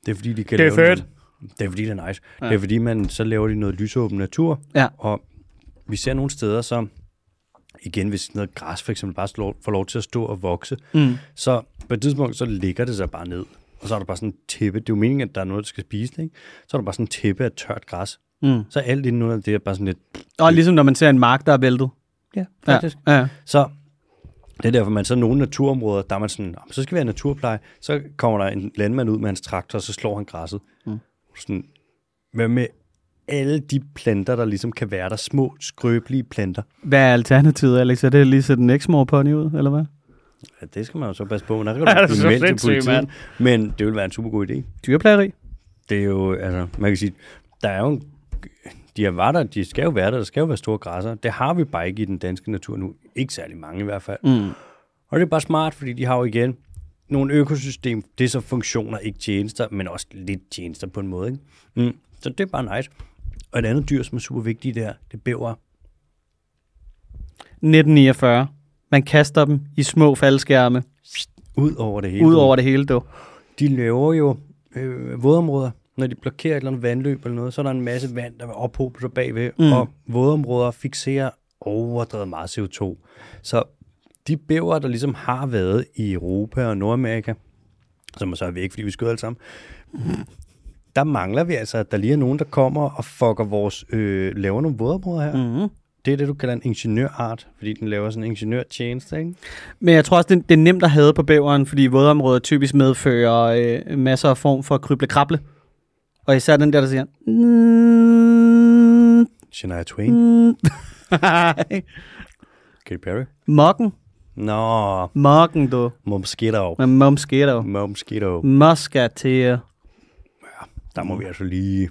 Det er fordi, de kan Det er lave fedt. Noget, det er fordi, det er nice. Ja. Det er fordi, man så laver de noget lysåben natur. Ja. Og vi ser nogle steder, så igen, hvis noget græs for eksempel bare slår, får lov til at stå og vokse, mm. så på et tidspunkt, så ligger det sig bare ned. Og så er der bare sådan en tæppe. Det er jo meningen, at der er noget, der skal spise det, ikke? Så er der bare sådan en tæppe af tørt græs. Mm. Så alt indenunder det er bare sådan lidt, Og ligesom når man ser en mark, der er væltet. Ja, Ja, faktisk. ja, ja. Så det er derfor, man så nogle naturområder, der er man sådan, "Jamen, så skal vi have naturpleje. Så kommer der en landmand ud med hans traktor, og så slår han græsset. Mm. Sådan, hvad med alle de planter, der ligesom kan være der? Små, skrøbelige planter. Hvad er alternativet, Alex? Er det at lige sætte en eksmor pony ud, eller hvad? Ja, det skal man jo så passe på. men Der kan du Ja, det er blive så meldt til sindssygt, politiet. mand. Men det vil være en super god idé. Dyreplageri? Det er jo, altså, man kan sige, der er jo en, de er var der, de skal jo være der, der skal jo være store græsser. Det har vi bare ikke i den danske natur nu. Ikke særlig mange i hvert fald. Mm. Og det er bare smart, fordi de har jo igen nogle økosystem, det er så funktioner, ikke tjenester, men også lidt tjenester på en måde. Ikke? Mm. Så det er bare nice. Og et andet dyr, som er super vigtigt der, det er bæver. 1949. Man kaster dem i små faldskærme, Ud over det hele. ud over det hele, dog. De laver jo øh, vådområder. Når de blokerer et eller andet vandløb eller noget, så er der en masse vand, der vil ophobe sig bagved. Mm. Og vådområder fixerer overdrevet meget CO2. Så de bæver, der ligesom har været i Europa og Nordamerika, som er så er væk, fordi vi skød alle sammen, der mangler vi altså, at der lige er nogen, der kommer og fucker vores, øh, laver nogle vådområder her. Mm. Mm. Det er det, du kalder en ingeniørart, fordi den laver sådan en ingeniørtjeneste, ikke? Men jeg tror også, det, det er nemt at have på bæveren, fordi vådområder typisk medfører øh, masser af form for kryble-krable. Og især den der, der siger... "Mm, Shania Twain, mm. mm." Katy Perry. Mokken. Nå, Mokken, du. måske dog. Men mum sker dog. Mosquito. Muskater. Der må vi altså lige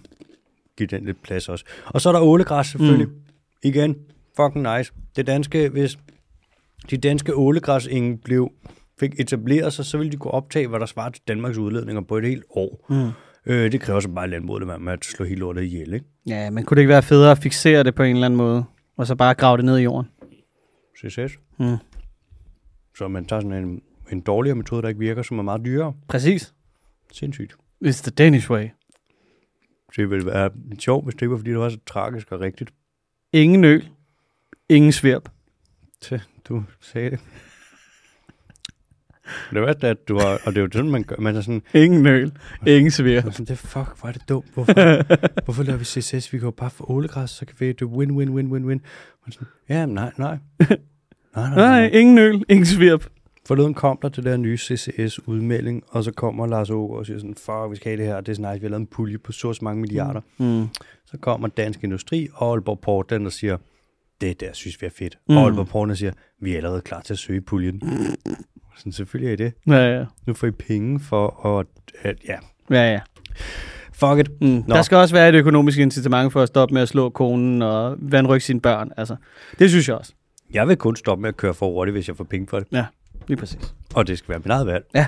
give den lidt plads også. Og så er der ålegræs selvfølgelig. Mm. Igen, fucking nice. Det danske, hvis de danske ålegræsenge blev, fik etableret sig, så ville de kunne optage, hvad der svarer til Danmarks udledninger på et helt år. Mm. Øh, det kræver så bare at landmålet med at slå hele lortet ihjel, ikke? Ja, men kunne det ikke være federe at fixere det på en eller anden måde? Og så bare grave det ned i jorden? CCS. Mm. Så man tager sådan en, en dårligere metode, der ikke virker, som er meget dyrere. Præcis. Sindssygt. It's the Danish way. Det ville være sjovt, hvis det ikke var, fordi det var så tragisk og rigtigt. Ingen øl. Ingen svirp. til, du sagde det. Det var det, at du har, og det er jo sådan, man gør, man er sådan, Ingen øl. Ingen svirp. man er sådan, det fuck, hvor er det dumt, hvorfor, hvorfor laver vi CCS, vi kan jo bare få ålegræs, så kan vi, det er win, win, win, win, win. Man er sådan, ja, men nej, nej. Nej, nej, Nej, nej. ingen øl. Ingen svirp. Forleden kom der til der nye CCS-udmelding, og så kommer Lars Ågaard og siger sådan, fuck, vi skal have det her, det er snart, vi har lavet en pulje på så og så mange milliarder. Mm. Så kommer Dansk Industri og Aalborg Portland og siger, det der synes vi er fedt. Mm. Og Aalborg Portland siger, vi er allerede klar til at søge puljen. Sådan, selvfølgelig er I det. Ja, ja. Nu får I penge for at... at ja, Ja, ja. fuck it. Mm. Nå. Der skal også være et økonomisk incitament for at stoppe med at slå konen og vandrykke sine børn. Altså, det synes jeg også. Jeg vil kun stoppe med at køre for hurtigt, hvis jeg får penge for det. Ja, lige præcis. Og det skal være mit eget valg. Ja.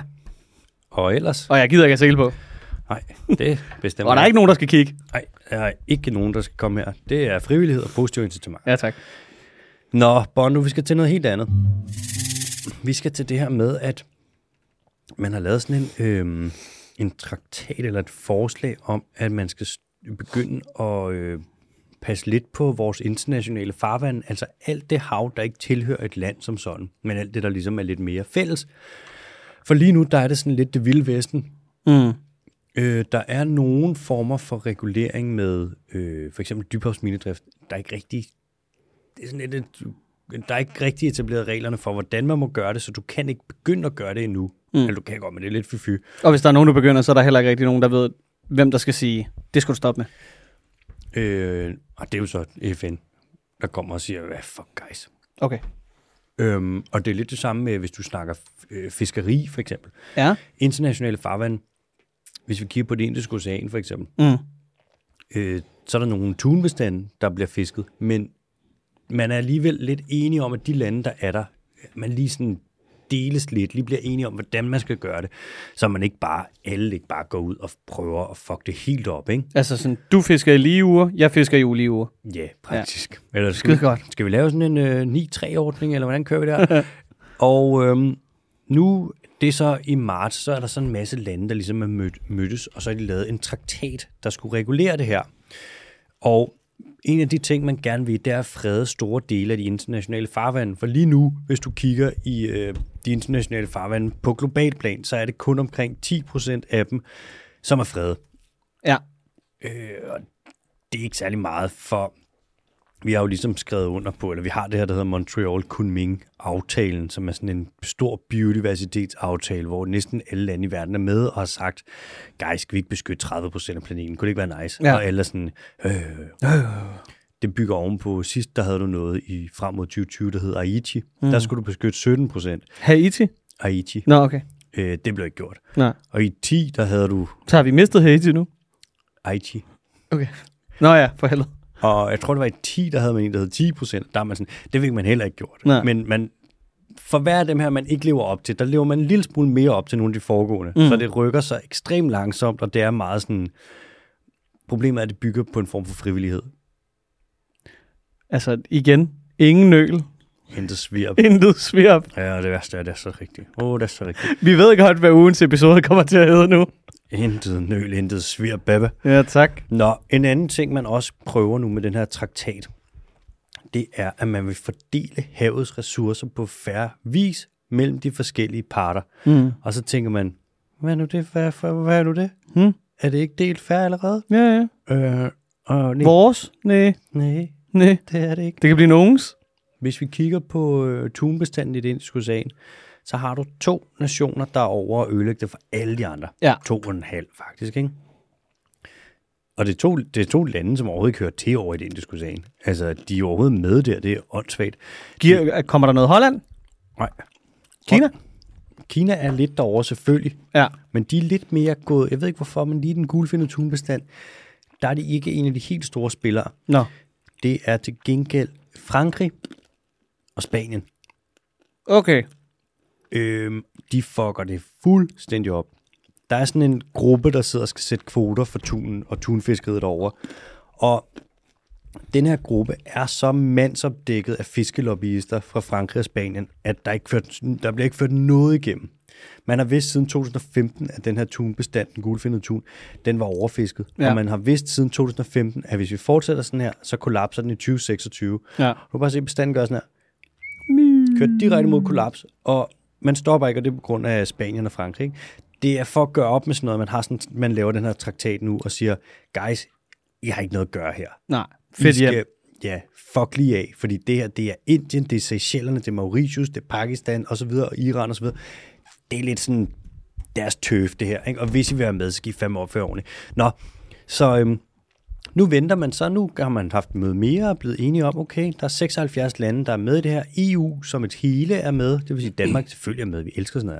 Og ellers... Og jeg gider ikke at sælge på. Nej, det bestemmer Og der er jeg. ikke nogen, der skal kigge. Nej, der er ikke nogen, der skal komme her. Det er frivillighed og positiv incitament. Ja, tak. Nå, Bondo, vi skal til noget helt andet. Vi skal til det her med, at man har lavet sådan en, øhm, en traktat eller et forslag om, at man skal s- begynde at øh, passe lidt på vores internationale farvand, altså alt det hav, der ikke tilhører et land som sådan, men alt det, der ligesom er lidt mere fælles. For lige nu, der er det sådan lidt det vilde vesten, Mm. Øh, der er nogle former for regulering med øh, for eksempel dybhavsminedrift. Der er ikke rigtig det er sådan lidt, et- der er ikke rigtig etableret reglerne for, hvordan man må gøre det, så du kan ikke begynde at gøre det endnu. Mm. Eller du kan godt, men det er lidt fyfy. Og hvis der er nogen, der begynder, så er der heller ikke rigtig nogen, der ved, hvem der skal sige, det skal du stoppe med. Øh, og det er jo så FN, der kommer og siger, hvad fuck guys. Okay. Øhm, og det er lidt det samme med, hvis du snakker øh, fiskeri for eksempel. Ja. Internationale farvand, hvis vi kigger på det indiske ocean for eksempel, Mm. øh, så er der nogle tunbestande, der bliver fisket, men man er alligevel lidt enige om, at de lande, der er der, man lige sådan deles lidt, lige bliver enige om, hvordan man skal gøre det, så man ikke bare, alle ikke bare går ud og prøver at fuck det helt op, ikke? Altså sådan, du fisker i lige uger, jeg fisker i ulige uger. Ja, yeah, praktisk. Ja. Eller skal, Skide vi, godt. skal vi lave sådan en øh, 9-3-ordning, eller hvordan kører vi der? og øhm, nu, det er så i marts, så er der sådan en masse lande, der ligesom er mødt, mødtes, og så har de lavet en traktat, der skulle regulere det her. Og en af de ting, man gerne vil, det er at frede store dele af de internationale farvande. For lige nu, hvis du kigger i øh, de internationale farvande på globalt plan, så er det kun omkring 10% af dem, som er fredet Ja. det er ikke særlig meget for vi har jo ligesom skrevet under på, eller vi har det her, der hedder Montreal Kunming-aftalen, som er sådan en stor biodiversitetsaftale, hvor næsten alle lande i verden er med og har sagt, guys, skal vi ikke beskytte 30% af planeten? Kunne det ikke være nice? Ja. Ja. Og alle er sådan, øh, øh. Det bygger ovenpå. Sidst, der havde du noget i frem mod 2020, der hed Aichi. Mm. Der skulle du beskytte 17% Haiti? Aichi. Nå, okay. Øh, det blev ikke gjort. Nej. Og i 10, der havde du Så har vi mistet Haiti nu. Aichi. Okay. Nå ja, for helvede. Og jeg tror, det var i 10, der havde man en, der hed 10 procent. Der er man sådan, det fik man heller ikke gjort. Nej. Men man, for hver af dem her, man ikke lever op til, der lever man en lille smule mere op til nogle af de foregående. Mm. Så det rykker sig ekstremt langsomt, og det er meget sådan... Problemet er, at det bygger på en form for frivillighed. Altså, igen, ingen nøl, Intet svirp. intet svirp. Ja, og det værste er, at det er så rigtigt. Åh, oh, det er så rigtigt. Vi ved godt, hvad ugens episode kommer til at hedde nu. Intet nøl, intet svirp, baba. Ja, tak. Nå, en anden ting, man også prøver nu med den her traktat, det er, at man vil fordele havets ressourcer på færre vis mellem de forskellige parter. Mm. Og så tænker man, hvad er nu det? Hvad, hvad, hvad er nu det? Hmm? Er det ikke delt færre allerede? Ja, ja. Mm. Øh, og nej, Vores? Nej, nej, nej. det er det ikke. Det kan blive nogens. Hvis vi kigger på øh, tunbestanden i det indiske ocean, så har du to nationer, der er over at ødelægge det for alle de andre. Ja. To og en halv, faktisk, ikke? Og det er, to, det er to lande, som overhovedet ikke hører til over i det indiske ocean. Altså, de er overhovedet med der, det er åndssvagt. Giver, kommer der noget Holland? Nej. Kina? Kina er lidt derovre, selvfølgelig. Ja. Men de er lidt mere gået, jeg ved ikke hvorfor, men lige den gulfindede tunbestand, der er de ikke en af de helt store spillere. Nå. Det er til gengæld Frankrig og Spanien. Okay. Øhm, de fucker det fuldstændig op. Der er sådan en gruppe, der sidder og skal sætte kvoter for tunen og tunfiskeriet derovre. Og den her gruppe er så mandsopdækket af fiskelobbyister fra Frankrig og Spanien, at der, ikke ført, der bliver ikke ført noget igennem. Man har vidst siden 2015, at den her tunbestand, den gulfindede tun, den var overfisket. Ja. Ja. Og man har vidst siden 2015, at hvis vi fortsætter sådan her, så kollapser den i 2026. Ja. Du kan bare se, at bestanden gør sådan her Mmm. kører direkte mod kollaps, og man stopper ikke, og det er på grund af Spanien og Frankrig. ikke? Det er for at gøre op med sådan noget, man, har sådan, man laver den her traktat nu og siger, guys, I har ikke noget at gøre her. Nej. I Fedt skal- hjem. Ja, fuck lige af, fordi det her, det er Indien, det er Seychellerne, det er Mauritius, det er Pakistan osv., og Iran osv. Det er lidt sådan deres tøf, det her. Ikke? Og hvis I vil være med, så skal I fandme opføre ordentligt. Nå, så øhm, nu venter man så, nu har man haft et møde mere og blevet enige om, okay, der er 76 lande, der er med i det her. EU som et hele er med, det vil sige Danmark selvfølgelig er med, vi elsker sådan noget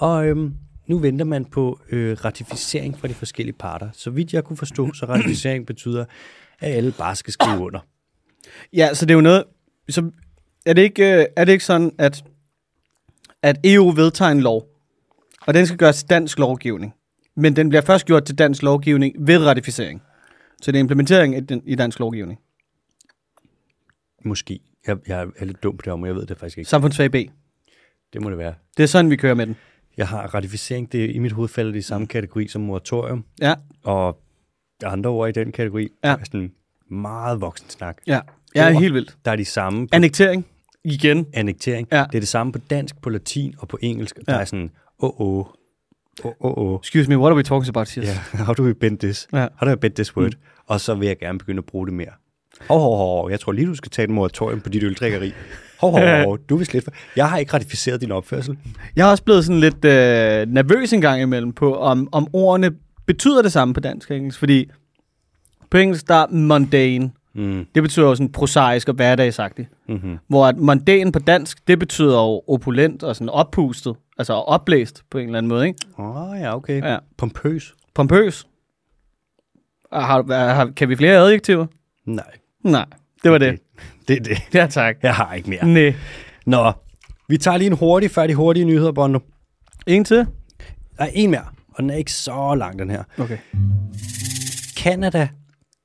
her. Og øhm, nu venter man på øh, ratificering fra de forskellige parter. Så vidt jeg kunne forstå, så ratificering betyder, at alle bare skal skrive under. Ja, så det er jo noget... Så er, det ikke, øh, er det ikke sådan, at, at EU vedtager en lov, og den skal gøres til dansk lovgivning, men den bliver først gjort til dansk lovgivning ved ratificering. Så det er implementering i den- i dansk lovgivning. Måske. Jeg, jeg er lidt dum på det om, jeg ved det faktisk ikke. Samfundsfag B. Det må det være. Det er sådan, vi kører med den. Jeg har ratificering, det er i mit hoved falder det i samme kategori som moratorium, Ja, og andre ord i den kategori Ja. er sådan meget voksen snak. ja. Jeg er Ord. helt vildt. Der er de samme på Annektering. Igen. annektering. Ja. Det er det samme på dansk, på latin og på engelsk. Ja. Der er sådan, åh, åh, åh, åh, åh. Excuse me, what are we talking about here? Ja, how do we bend this? Ja. How do I bend this word? Mm. Og så vil jeg gerne begynde at bruge det mere. Hov, hov, hov, hov, jeg tror lige, du skal tage et moratorium på dit øldrikkeri. Hov, hov, hov, hov, du vil slet for... Jeg har ikke ratificeret din opførsel. Jeg er også blevet sådan lidt øh, nervøs en gang imellem på, om, om ordene betyder det samme på dansk og engelsk, fordi på engelsk, der er mundane. Mm. Det betyder jo sådan prosaisk og hverdagsagtigt. Mm-hmm. Hvor at mundane på dansk, det betyder jo opulent og sådan oppustet, altså oplæst på en eller anden måde, ikke? Åh, oh, ja, okay. Ja. Pompøs? Pompøs. Og Har, har, kan vi flere adjektiver? Nej. Nej, det var det. Det er det. Ja, tak. Jeg har ikke mere. Næ. Nå, vi tager lige en hurtig, færdig hurtige nyheder, Bondo. En til? Der er en mere, og den er ikke så lang, den her. Okay. Kanada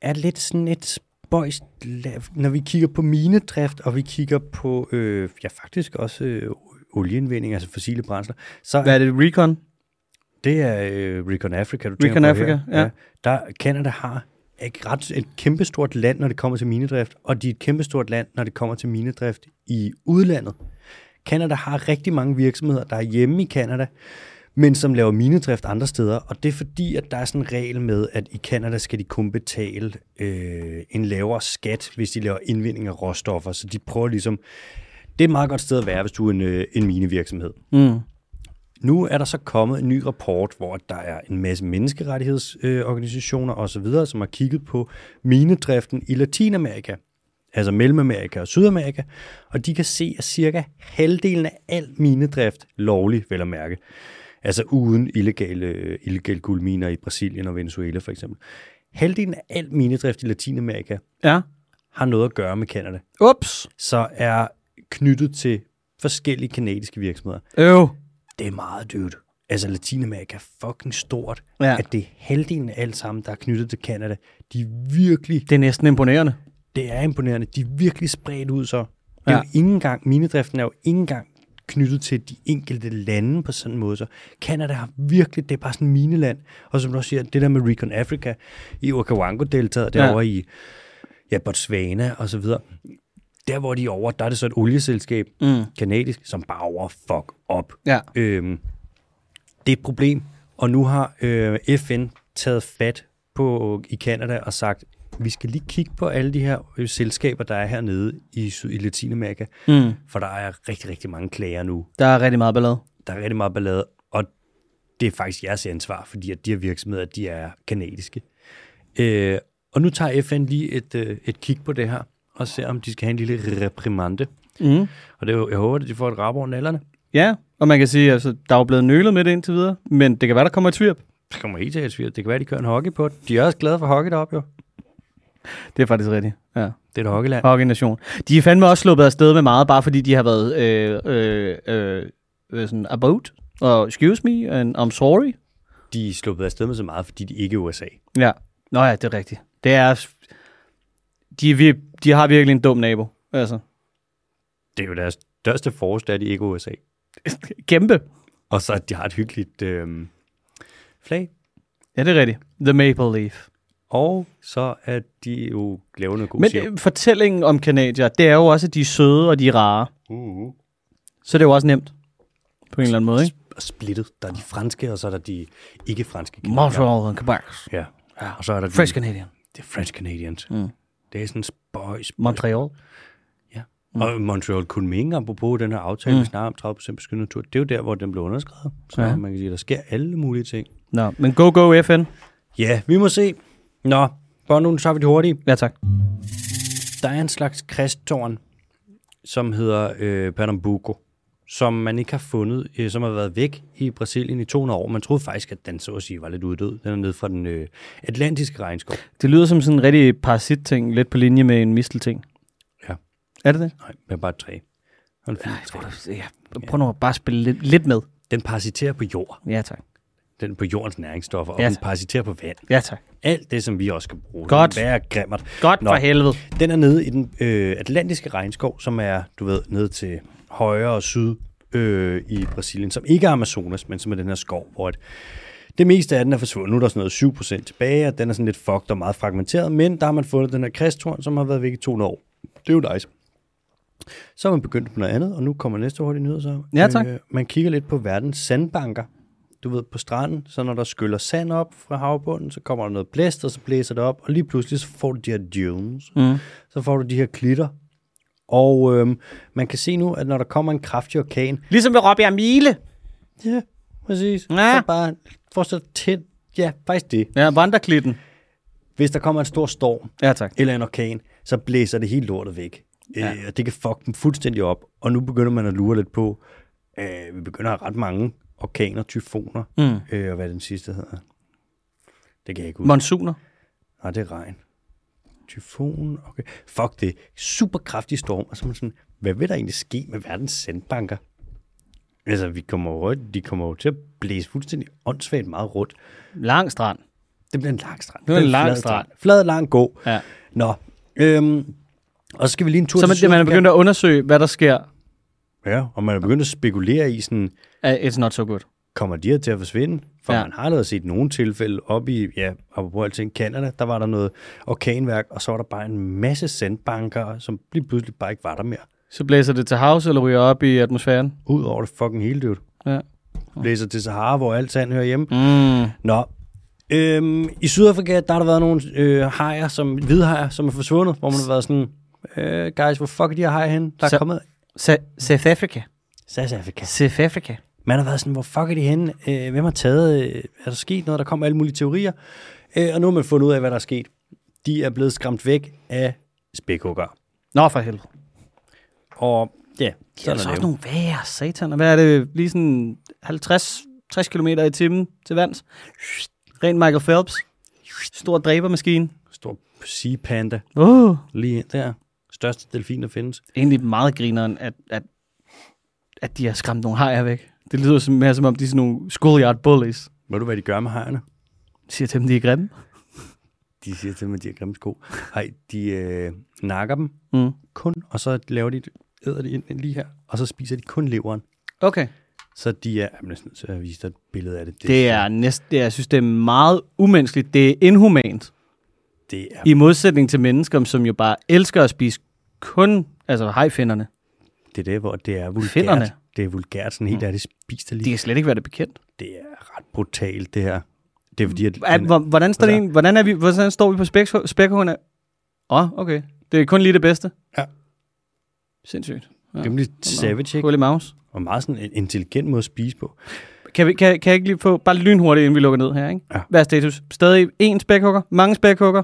er lidt sådan et spøjst, la- når vi kigger på minedrift, og vi kigger på, øh, ja faktisk også øh, olieindvinding, altså fossile brændsler, så Hvad er det? Recon? det er øh, Recon Africa, du Recon tænker på Africa, her. ja. Der, Canada har et, ret, et kæmpestort land, når det kommer til minedrift, og de er et kæmpestort land, når det kommer til minedrift i udlandet. Canada har rigtig mange virksomheder, der er hjemme i Canada, men som laver minedrift andre steder. Og det er fordi, at der er sådan en regel med, at i Kanada skal de kun betale øh, en lavere skat, hvis de laver indvinding af råstoffer. Så de prøver ligesom... Det er et meget godt sted at være, hvis du er en, øh, en minevirksomhed. Mm. Nu er der så kommet en ny rapport, hvor der er en masse menneskerettighedsorganisationer osv., som har kigget på minedriften i Latinamerika, altså Mellemamerika og Sydamerika, og de kan se, at cirka halvdelen af al minedrift lovlig, vel at mærke, altså uden illegale, øh, illegale guldminer i Brasilien og Venezuela for eksempel. Halvdelen af al minedrift i Latinamerika Ja. har noget at gøre med Kanada, Ups. så er knyttet til forskellige kanadiske virksomheder Øv. det er meget dyrt. Altså, Latinamerika er fucking stort. Ja. Ja. At det er halvdelen af alt sammen, der er knyttet til Kanada. De er virkelig, Det er næsten imponerende. det er imponerende, de er virkelig spredt ud så. Det er Ja. ja. jo ikke engang, minedriften er jo ikke engang knyttet til de enkelte lande på sådan en måde. Så Kanada har virkelig, det er bare sådan en mineland. Og som du også siger, det der med Recon Africa i Okavango-deltaget, Ja. derovre ja. i ja, Botswana og så videre. Der, hvor de er over, der er det så et olieselskab, Mm. kanadisk, som bare over fuck op. Ja. Øhm, det er et problem, og nu har øh, FN taget fat på i Kanada og sagt, vi skal lige kigge på alle de her øh, selskaber, der er hernede i, Syd- i Latinamerika, Mm. for der er rigtig, rigtig mange klager nu. Der er rigtig meget ballade. Der er rigtig meget ballade, og det er faktisk jeres ansvar, fordi at de her virksomheder, de er kanadiske. Øh, og nu tager FN lige et, øh, et kig på det her, og ser, om de skal have en lille reprimande. Mm. Og det, er jo- jeg håber, at de får et rap over nallerne. Ja, og man kan sige, at altså, der er jo blevet nølet med det indtil videre, men det kan være, der kommer et tvirp. Det kommer helt til at svirre. Det kan være, de kører en hockey på det. De er også glade for hockey deroppe, jo. Det er faktisk rigtigt. Ja. Det er et hockeyland. Hockey-nation. De er fandme også sluppet afsted med meget, bare fordi de har været øh, øh, øh, øh, sådan about og excuse me and I'm sorry. De er sluppet afsted med så meget, fordi de ikke er USA. Ja. Nå ja, det er rigtigt. Det er... De, er vir- de har virkelig en dum nabo. Altså, Det er jo deres største forreste, at de ikke er USA. kæmpe. Og så, at de har et hyggeligt øh, flag. Ja, det er rigtigt. The Maple Leaf. Og så, at de jo laver noget god Men sirup. øh, fortællingen om kanadier, det er jo også, at de er søde og de er rare. Uh, Så det er jo også nemt. På en eller anden måde, ikke? Og splittet. Der er de franske, og så er der de ikke-franske. Montreal and Quebec. Ja. ja. Og så er der Fresh de, Canadian. det er French Canadians. Mm. Det er sådan spøjs. Montreal. Mm. Og Montreal Kunming, apropos den her aftale, mm. snart om 30% beskyttet natur, det er jo der, hvor den blev underskrevet. Så Ja. ja. man kan sige, der sker alle mulige ting. Nå, men go, go FN. Ja, vi må se. Nå, bare nu tager vi det hurtigt. Ja, tak. Der er en slags kristtårn, som hedder øh, Pernambuco, som man ikke har fundet, øh, som har været væk i Brasilien i 200 år. Man troede faktisk, at den så at sige var lidt uddød. Den er nede fra den øh, atlantiske regnskov. Det lyder som sådan en rigtig parasit-ting, lidt på linje med en mistelting. Ja. Er det det? Nej, men bare et træ. Den, træ. Ja, prøv nu at bare spille lidt, lidt med. den parasiterer på jord. Ja, tak. Den på jordens næringsstoffer, og Ja. den parasiterer på vand. Ja, tak. Alt det, som vi også skal bruge. Godt. Det er grimmert. Godt Nå. for helvede. Den er nede i den øh, atlantiske regnskov, som er, du ved, nede til højre og syd øh, i Brasilien, som ikke er Amazonas, men som er den her skov, hvor et, det meste af den er forsvundet. Nu er der sådan noget 7% tilbage, og den er sådan lidt fucked og meget fragmenteret, men der har man fundet den her kristtorn, som har været væk i 200 år. Det er jo nice. Så er man begyndt på noget andet, og nu kommer næste hurtige nyhed så. Ja, tak. Øh, man kigger lidt på verdens sandbanker. Du ved, på stranden, så når der skyller sand op fra havbunden, så kommer der noget blæst, og så blæser det op, og lige pludselig så får du de her dunes. Mm. Så får du de her klitter. Og øhm, man kan se nu, at når der kommer en kraftig orkan, Ligesom ved Robbie Mile. ja, præcis, Ja. så bare fortsat tæt, ja, faktisk det. Ja, vandreklitten. Hvis der kommer en stor storm, Ja, tak. eller en orkan, så blæser det helt lortet væk. Ja. Øh, og det kan fuck dem fuldstændig op. Og nu begynder man at lure lidt på, øh, vi begynder at have ret mange orkaner, tyfoner, mm. øh, og hvad den sidste hedder. Det kan jeg ikke huske. Monsuner. Nej, det er regn. Tyfon, okay. Fuck det. Super kraftig storm. Og så er man sådan, hvad vil der egentlig ske med verdens sandbanker? Altså, vi kommer jo, de kommer jo til at blæse fuldstændig åndssvagt meget rundt. Lang strand. Det bliver en lang strand. Det er en lang flad strand. Flad, lang, gå. Ja. Nå. Øhm, og så skal vi lige en tur Så man, til man er Sydafrika. begyndt at undersøge, hvad der sker. Ja, og man er begyndt at spekulere i sådan, Uh, it's not so good. kommer de her til at forsvinde? For Ja. ja. man har allerede set nogle tilfælde op i, ja, apropos alting, Canada, der var der noget orkanværk, og så var der bare en masse sandbanker, som lige pludselig bare ikke var der mere. Så blæser det til havs, eller ryger op i atmosfæren. Ud over det fucking hele, dude. Ja. blæser til Sahara, hvor alt sand hører hjemme. Mm. Nå. Øhm, I Sydafrika, der har der været nogle øh, hajer, som, hvidhajer, som er forsvundet, hvor man har været sådan, øh, guys, hvor fuck er de her hajer henne? Der er Så- kommet Sa- South Africa. South Africa. South Africa. Man har været sådan, hvor fuck er de henne? Øh, hvem har taget? Øh, er der sket noget? Der kom alle mulige teorier. Øh, og nu har man fundet ud af, hvad der er sket. De er blevet skræmt væk af spækhugger. Nå, for helvede. Og ja, De er sådan så også er det. jo. nogle værre satan. Hvad er det? Lige sådan 50 60 km i timen til vands. Ren Michael Phelps. Stor dræbermaskine. Stor sea panda Uh. lige der. Største delfin, der findes. Egentlig meget grineren, at, at, at de har skræmt nogle hajer væk. Det lyder som, mere som om, de er sådan nogle schoolyard bullies. Ved du, hvad de gør med hajerne? Siger til dem, de er grimme. De siger til dem, at de har grimme sko. Hej, de øh, nakker dem Mm. kun, og så laver de, æder de ind lige her, og så spiser de kun leveren. Okay. Så de er, jeg bliver nødt til at vise dig et billede af det. Det er næsten, det er, jeg synes, det er meget umenneskeligt. Det er inhumant. det er I modsætning til mennesker, som jo bare elsker at spise kun altså hajfinderne. Det er det, hvor det er vulgært. Finderne. Det er vulgært, sådan helt mm. ærligt spist det De lige. kan slet ikke være det bekendt. Det er ret brutalt, det her. Det er fordi, at... At, den- hvor- hvordan, står det altså- egentlig, hvordan, er vi, hvordan står vi på spæk- spækhugerne? Åh, oh, okay. Det er kun lige det bedste. Ja. Sindssygt. det er jo lidt savage, ikke? Holy mouse. Og meget sådan en intelligent måde at spise på. Kan, vi, kan, kan jeg ikke lige få, bare lynhurtigt, inden vi lukker ned her, ikke? Ja. Hvad er status? Stadig én spækhugger? Mange spækhugger?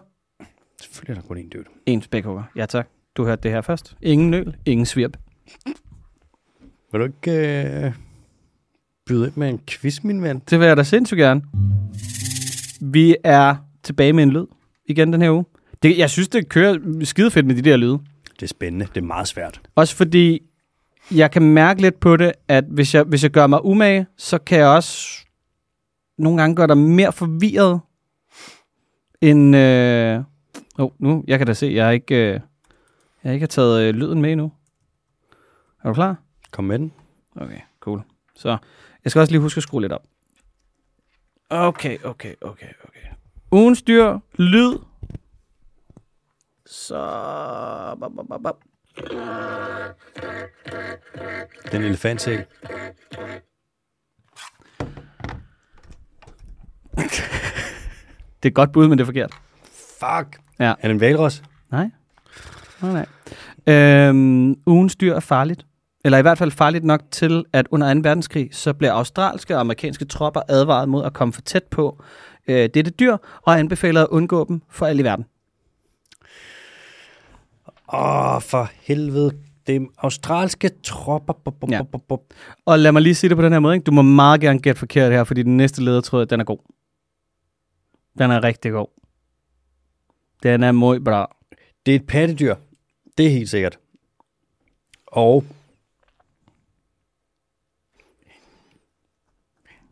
Selvfølgelig er der kun en død. En spækhugger. Ja tak. Du hørte det her først. Ingen nøl, ingen svirp. Vil du ikke øh, byde ind med en quiz, min ven? Det vil jeg da sindssygt gerne. Vi er tilbage med en lyd igen den her uge. Det, jeg synes, det kører skide fedt med de der lyde. Det er spændende. Det er meget svært. Også fordi, jeg kan mærke lidt på det, at hvis jeg, hvis jeg gør mig umage, så kan jeg også nogle gange gøre dig mere forvirret, end... Øh... Oh, nu, jeg kan da se, jeg ikke, øh... jeg ikke har taget øh, lyden med endnu. Er du klar? Kom med den. Okay, cool. Så jeg skal også lige huske at skrue lidt op. Okay, okay, okay, okay. Ugens dyr, lyd. Så... bop, bop, bop, bop. Den elefantsæl. Det er et godt bud, men det er forkert. Fuck! Ja. Er det en valros? Nej. Nej, nej. Øhm, ugens dyr er farligt. Eller i hvert fald farligt nok til, at under 2. verdenskrig, så blev australske og amerikanske tropper advaret mod at komme for tæt på øh, dette dyr, og anbefaler at undgå dem for alt i verden. Åh, for helvede. Det er australske tropper. Bup, bup, Ja. bup, bup, bup. Og lad mig lige sige det på den her måde. Ikke? Du må meget gerne gætte forkert her, fordi den næste ledertråd, den er god. Den er rigtig god. Den er muy bra. Det er et pattedyr. Det er helt sikkert. Og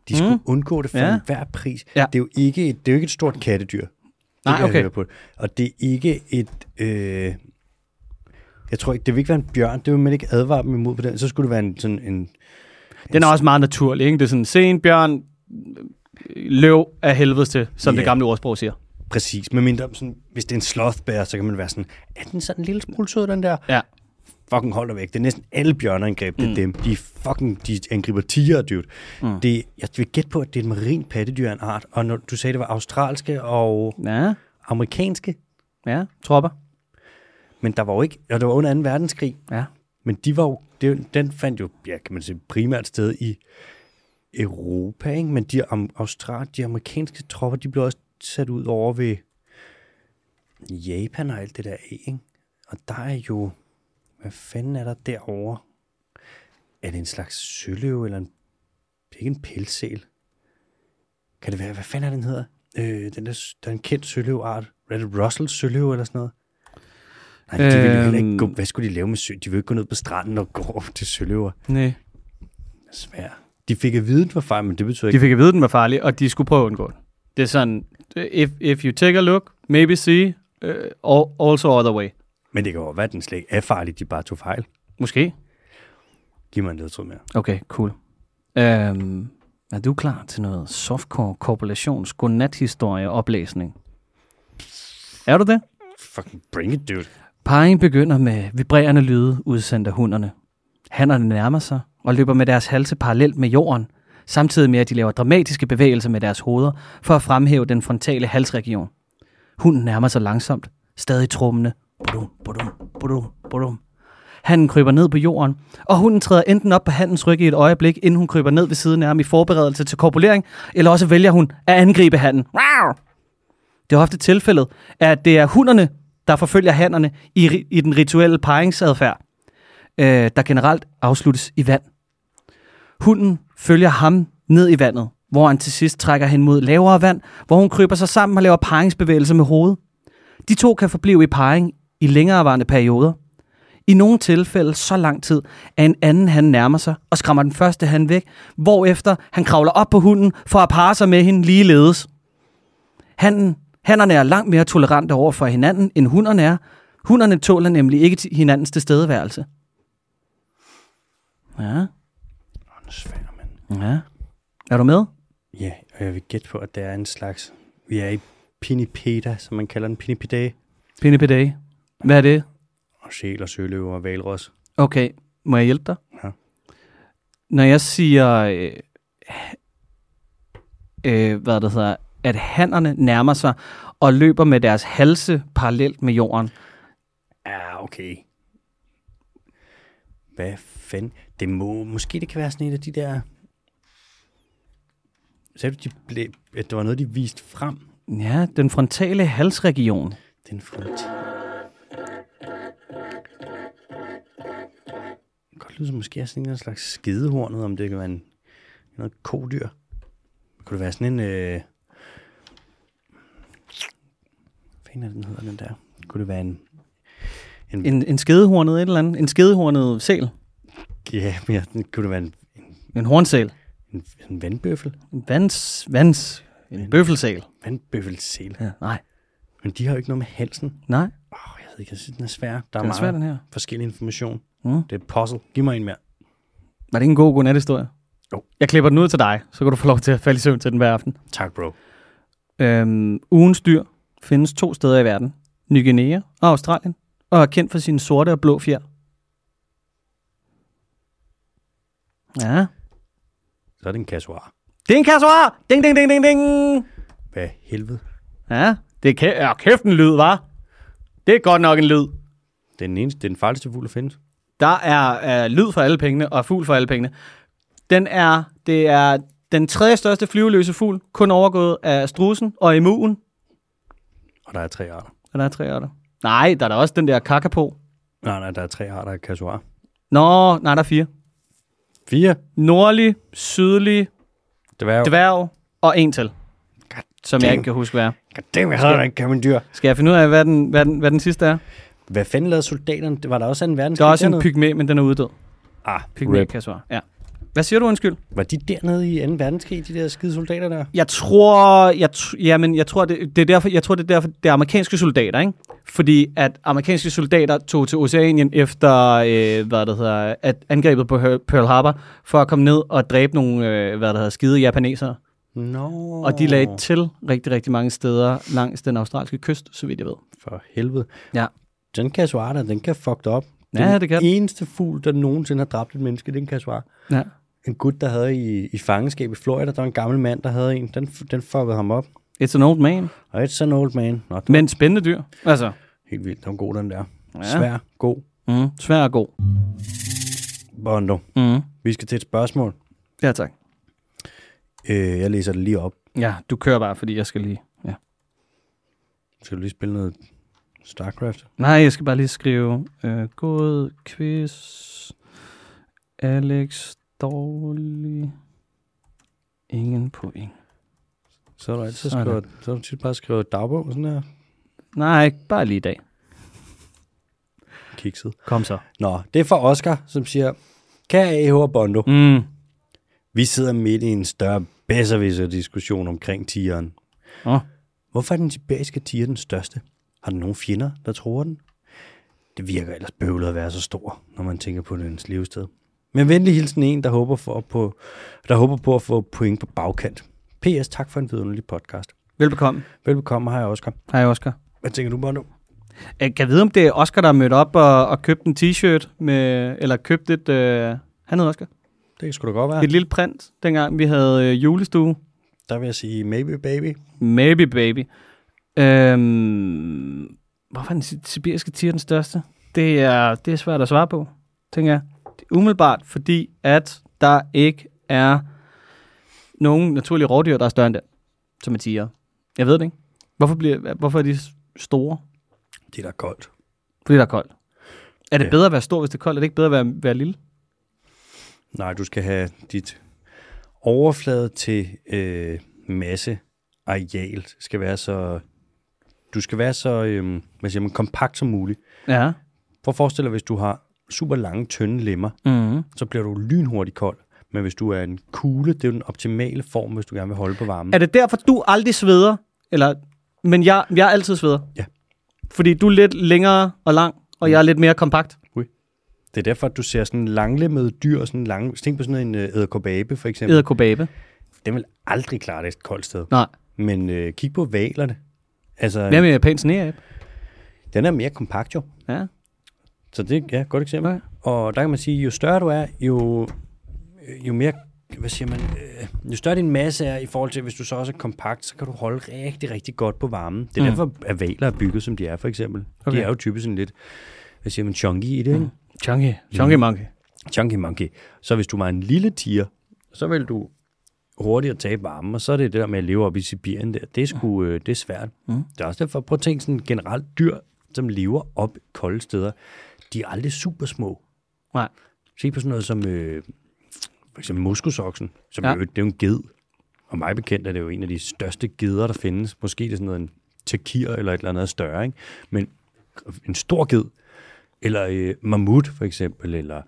de skulle mm. undgå det for Ja. ja. enhver pris. Ja. Ja. Det, er jo ikke et, det er jo ikke et stort kattedyr. Det Nej, kan jeg okay. høre På. Og det er ikke et... Øh, jeg tror ikke, det vil ikke være en bjørn. Det vil man ikke advare dem imod på den. Så skulle det være en, sådan en... Den er også meget naturlig. Ikke? Det er sådan, se en bjørn, øh, løv af helvedes til, som yeah. det Ja. gamle ordsprog siger. Præcis. Med mindre, sådan, hvis det er en slothbær, så kan man være sådan... Er den sådan en lille smule sød, den der? Ja. fucking hold dig væk. Det er næsten alle bjørneangreb, det er dem. De er fucking, de angriber tiger, dude. Mm. Det, jeg vil gætte på, at det er et marin pattedyr af en art, og når du sagde, det var australske og Ja, amerikanske, ja. Tropper. men der var jo ikke, og det var under 2. verdenskrig, Ja. men de var jo, det, den fandt jo, ja, kan man sige, primært sted i Europa, ikke? men de, am, austral, de amerikanske tropper, de blev også sat ud over ved Japan og alt det der, af, ikke? Og der er jo, hvad fanden er der derovre? Er det en slags søløve eller en, det er ikke en pelssæl? Kan det være, hvad fanden er den hedder? Øh, den der, s- der er en kendt søløveart. Er det Russell søløve eller sådan noget? Nej, de ville jo heller ikke gå, Øhm. hvad skulle de lave med sø? De ville jo ikke gå ned på stranden og gå over til søløver. Nej. Svær. De fik at vide, det var fejl, men det betyder De ikke... fik at vide, den var farlig, og de skulle prøve at undgå den. Det er sådan, if, if you take a look, maybe see, uh, al- also other way. Men det kan jo være, at den slet ikke er farlig, de bare tog fejl. Måske. Giv mig en ledtråd mere. Okay, cool. Øhm, er du klar til noget softcore korporations godnathistorie oplæsning? Er du det? Fucking bring it, dude. Parringen begynder med vibrerende lyde udsendt af hunderne. Hannerne nærmer sig og løber med deres halse parallelt med jorden. samtidig med at de laver dramatiske bevægelser med deres hoveder for at fremhæve den frontale halsregion. Hunden nærmer sig langsomt, stadig trummende. Budum, budum, budum, budum. Handen kryber ned på jorden, og hunden træder enten op på handens ryg i et øjeblik, inden hun kryber ned ved siden af ham i forberedelse til korpulering, eller også vælger hun at angribe handen. Wow! Det er ofte tilfældet, at det er hunderne, der forfølger hannerne i, ri- i den rituelle paringsadfærd, øh, der generelt afsluttes i vand. Hunden følger ham ned i vandet, hvor han til sidst trækker hen mod lavere vand, hvor hun kryber sig sammen og laver paringsbevægelser med hovedet. De to kan forblive i parring i længerevarende perioder. I nogle tilfælde så lang tid, at en anden han nærmer sig og skræmmer den første han væk, hvorefter han kravler op på hunden for at parre sig med hende ligeledes. Hannen, hannerne er langt mere tolerante over for hinanden, end hunderne er. Hunderne tåler nemlig ikke til- hinandens tilstedeværelse. Ja, Svær, mand. ja. Er du med? Ja, og jeg vil gætte på, at der er en slags... Vi er i pinipeda, som man kalder en pinipeda. Pinnipedag. Hvad er det? Og sjæl og søløver og valros. Okay, må jeg hjælpe dig? Ja. Når jeg siger, øh, øh, hvad det hedder, at hannerne nærmer sig og løber med deres halse parallelt med jorden. Ja, okay. Hvad fanden? Det må, måske det kan være sådan et af de der... Sagde du, de blev, at der var noget, de viste frem? Ja, den frontale halsregion. Den front. Det kan godt lyde som måske er sådan en eller anden slags skidehornet, om det kan være en, noget kodyr. Kunne det være sådan en... Øh... Hvad fanden er det, den hedder, den der? Kunne det være en... en... En, en skedehornet et eller andet. En skedehornet sel. Ja, men jeg- den- kunne det være en, En hornsel. en, en vandbøffel? En vands, vands, en bøffelsel. Vandbøffelsel. Ja, nej, Men de har jo ikke noget med halsen. nej. Åh, oh, jeg ved ikke, jeg synes, den er svær. Der er, Den er meget svær, den her. forskellig information. Mm. Det er et puzzle. Giv mig en mere. Var det ikke en god godnathistorie? Jo. Jeg klipper den ud til dig, så kan du få lov til at falde i søvn til den hver aften. Tak, bro. Øhm, ugens dyr findes to steder i verden. Ny Guinea og Australien. Og er kendt for sine sorte og blå fjer. Ja. Så er det en kassoir. Det er en kassoir! Ding, ding, ding, ding, ding! Hvad helvede? Ja, det er kæ- ja, kæft en lyd, var. Det er godt nok en lyd. Det er den, eneste, det er den farligste fugl, der findes. Der er øh, lyd for alle pengene og fugl for alle pengene. Den er, det er den tredje største flyveløse fugl, kun overgået af strusen og emuen. Og der er tre arter. Og der er tre arter. Nej, der er der også den der kakapo. Nej, nej, der er tre arter af kassoir. Nå, nej, der er fire. Fire Nordlig, sydlig, dværg. dværg. dværg og en til. God Som jeg damn. ikke kan huske, hvad er. Damn, jeg havde da ikke kommet dyr. Skal jeg finde ud af, hvad den, hvad den, hvad den sidste er? Hvad fanden lavede soldaterne? Det var der også en verdenskrig Der er også en dernede? pygmæ, men den er uddød. Ah, Pygmæ rip. kan svare. Ja. Hvad siger du, undskyld? Var de dernede i 2. verdenskrig, de der skide soldater der? Jeg tror, jeg, tr- jamen, jeg tror, det, det er derfor, jeg tror, det er derfor, det er amerikanske soldater, ikke? Fordi at amerikanske soldater tog til Oceanien efter, øh, hvad det hedder, at angrebet på Her- Pearl Harbor, for at komme ned og dræbe nogle, øh, hvad det hedder, skide japanesere. Nå. Og de lagde til rigtig, rigtig mange steder langs den australske kyst, så vidt jeg ved. For helvede. Ja. Den kassoir der, den kan fuck dig op. Det Ja, er det kan den. den. eneste fugl, der nogensinde har dræbt et menneske, det er en kassoir. Ja. En gut, der havde i, i fangenskab i Florida, der var en gammel mand, der havde en. Den, den fuckede ham op. It's an old man. Og it's an old man. Nå, det var Men spændende dyr. Altså, helt vildt. Den var god, den der. Ja. Ja. Svær, god. mm, svær og god. Bondo, Mm. vi skal til et spørgsmål. Ja, tak. Øh, jeg læser det lige op. Ja, du kører bare, fordi jeg skal lige... Ja. Skal du lige spille noget StarCraft? Nej, jeg skal bare lige skrive... Øh, god quiz. Alex dårlig. Ingen point. Så er du altid Sådan. skrevet, så er du tit bare skrevet dagbog, sådan her. Nej, bare lige i dag. Kikset. Kom så. Nå, det er fra Oscar, som siger, kære AH og Bondo, Mm. vi sidder midt i en større bedserviser-diskussion omkring tigeren. Åh. Hvorfor er den sibiriske tiger den største? Har den nogen fjender, der tror den? Det virker ellers bøvlet at være så stor, når man tænker på dens levested. Men venlig hilsen en, der håber, for på, der håber på at få point på bagkant. P.S. Tak for en vidunderlig podcast. Velbekomme. Velbekomme, hej Oscar. Hej, Oscar. Hvad tænker du, Bondo? Jeg kan vide, om det er Oscar, der mødte op og, og købte en t-shirt med... Eller købte et... Øh, han hedder Oscar. det kan sgu da godt være. Et lille print, dengang vi havde øh, julestue. Der vil jeg sige maybe baby. Maybe baby. Øhm, hvorfor er den si- sibiriske tiger den største? Det er, det er svært at svare på, tænker jeg. Det er umiddelbart, fordi at der ikke er nogen naturlige rådyr, der er større end den, som er tiger. Jeg ved det ikke. Hvorfor, bliver, hvorfor er de s- store? Det er da koldt. Fordi der er koldt. Er det Ja. bedre at være stor, hvis det er koldt? Er det ikke bedre at være, være lille? Nej, du skal have dit overflade til øh, masse areal. skal være så... Du skal være så øh, hvad siger man, kompakt som muligt. Ja. Prøv at forestille dig, hvis du har super lange, tynde lemmer, Mm-hmm. så bliver du lynhurtigt kold. Men hvis du er en kugle, det er jo den optimale form, hvis du gerne vil holde på varmen. Er det derfor, du aldrig sveder? Eller, men jeg, jeg altid sveder? Ja. Fordi du er lidt længere og lang, og jeg er lidt mere kompakt. Det er derfor, at du ser sådan langlemmede dyr, sådan lange, tænk på sådan en æderkobabe for eksempel. Edderkobabe. Den vil aldrig klare det et koldt sted. Nej. Men øh, kig på valerne. Altså, Hvad med japansk sneab? den er mere kompakt jo. Ja. Så det er ja, et godt eksempel. Okay. Og der kan man sige, jo større du er, jo, øh, jo mere, hvad siger man, øh, jo større din masse er i forhold til, hvis du så også er kompakt, så kan du holde rigtig, rigtig godt på varmen. Det er mm. Mm. derfor, at valer er bygget, som de er for eksempel. Okay. Okay. De er jo typisk sådan lidt, hvad siger man, chunky i det, ikke? Mm. Chunky. Chunky monkey. Chunky monkey. Så hvis du var en lille tiger, så vil du hurtigere tabe varmen, og så er det det der med at leve op i Sibirien der. Det er, sgu, øh, det er svært. Mm. Det er også derfor, prøv at tænke sådan generelt dyr, som lever op i kolde steder, de er aldrig super små. Nej. Se på sådan noget som øh, for eksempel muskusoksen, som Ja. ja. jo, det er jo en ged. Og mig bekendt er det jo en af de største geder, der findes. Måske det er sådan noget en takir eller et eller andet større, ikke? Men en stor ged, eller øh, mammut for eksempel, eller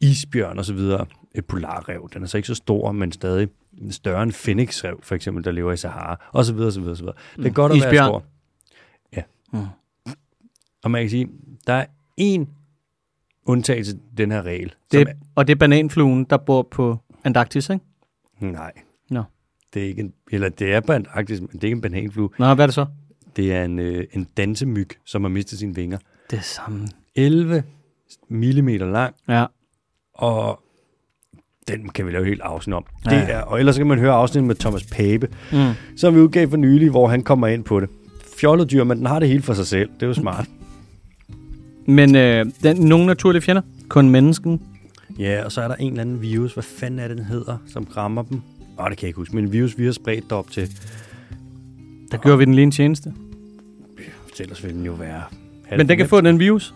isbjørn osv., et polarrev, den er så ikke så stor, men stadig større end fenixrev for eksempel, der lever i Sahara, og så videre, så videre, så videre. Det er mm. godt at være Isbjørn. stor. Ja. Mm. Og man kan sige, der er én undtagelse til den her regel. Det, som er, og det er bananfluen, der bor på Antarktis, ikke? nej, Nå. det er ikke en, eller det er på Antarktis, men det er ikke en bananflue. Nå, hvad er det så? Det er en, øh, en dansemyg, som har mistet sine vinger. Det er samme. 11 mm lang, Ja. og den kan vi lave helt afsnit om. Ja. Det er, og ellers så kan man høre afsnittet med Thomas Pape, Mm. som vi udgav for nylig, hvor han kommer ind på det. Fjollet dyr, men den har det hele for sig selv. Det er jo smart. Men øh, den, nogle naturlige fjender. Kun mennesken. Ja, og så er der en eller anden virus, hvad fanden er det, den hedder, som rammer dem. Åh, det kan jeg ikke huske, men en virus, vi har spredt derop til. Der gjorde vi den lige en tjeneste. Ellers ville den jo være... Men den kan få den virus.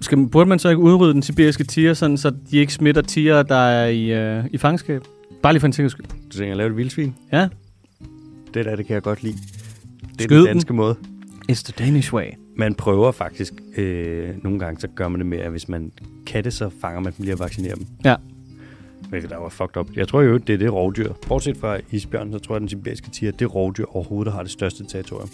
Skal, man- burde man så ikke udrydde den sibiriske tiger, sådan, så de ikke smitter tiger, der er i, øh, i fangenskab? Bare lige for en sikkerheds skyld. Du tænker, lave et vildsvin? Ja. Det der, det kan jeg godt lide. Det er Skyd den den. danske måde. It's the Danish way. Man prøver faktisk, øh, nogle gange så gør man det med, at hvis man kan det, så fanger man dem lige og vaccinerer dem. Ja. Hvilket der var fucked up. Jeg tror jo, det er det rovdyr. Bortset fra isbjørn, så tror jeg, den sibiriske tiger, det er rovdyr overhovedet, der har det største territorium.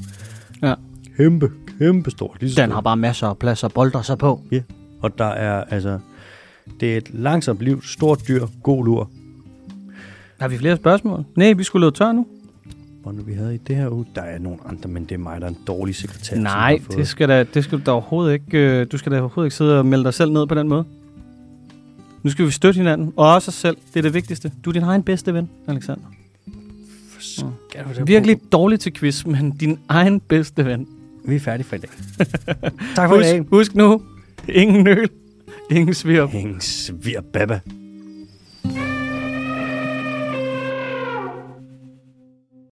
Ja. Kæmpe, kæmpe stort. Lige så Den har stort. bare masser af plads og bolder sig på. Ja. Og der er, altså, det er et langsomt liv, stort dyr, god lur. Har vi flere spørgsmål? Nej, vi skulle løbe tør nu. Hvor nu vi havde i det her uge, der er nogle andre, men det er mig, der er en dårlig sekretær. som har Nej, fået- det skal, da, det skal du da overhovedet ikke. Øh, du skal da overhovedet ikke sidde og melde dig selv ned på den måde. Nu skal vi støtte hinanden, og også os selv. Det er det vigtigste. Du er din egen bedste ven, Alexander. Skal du da- Virkelig dårlig til quiz, men din egen bedste ven. Vi er færdige for i dag. tak for i dag. Husk, husk nu, ingen nøl, ingen svirp. Ingen svir, baba.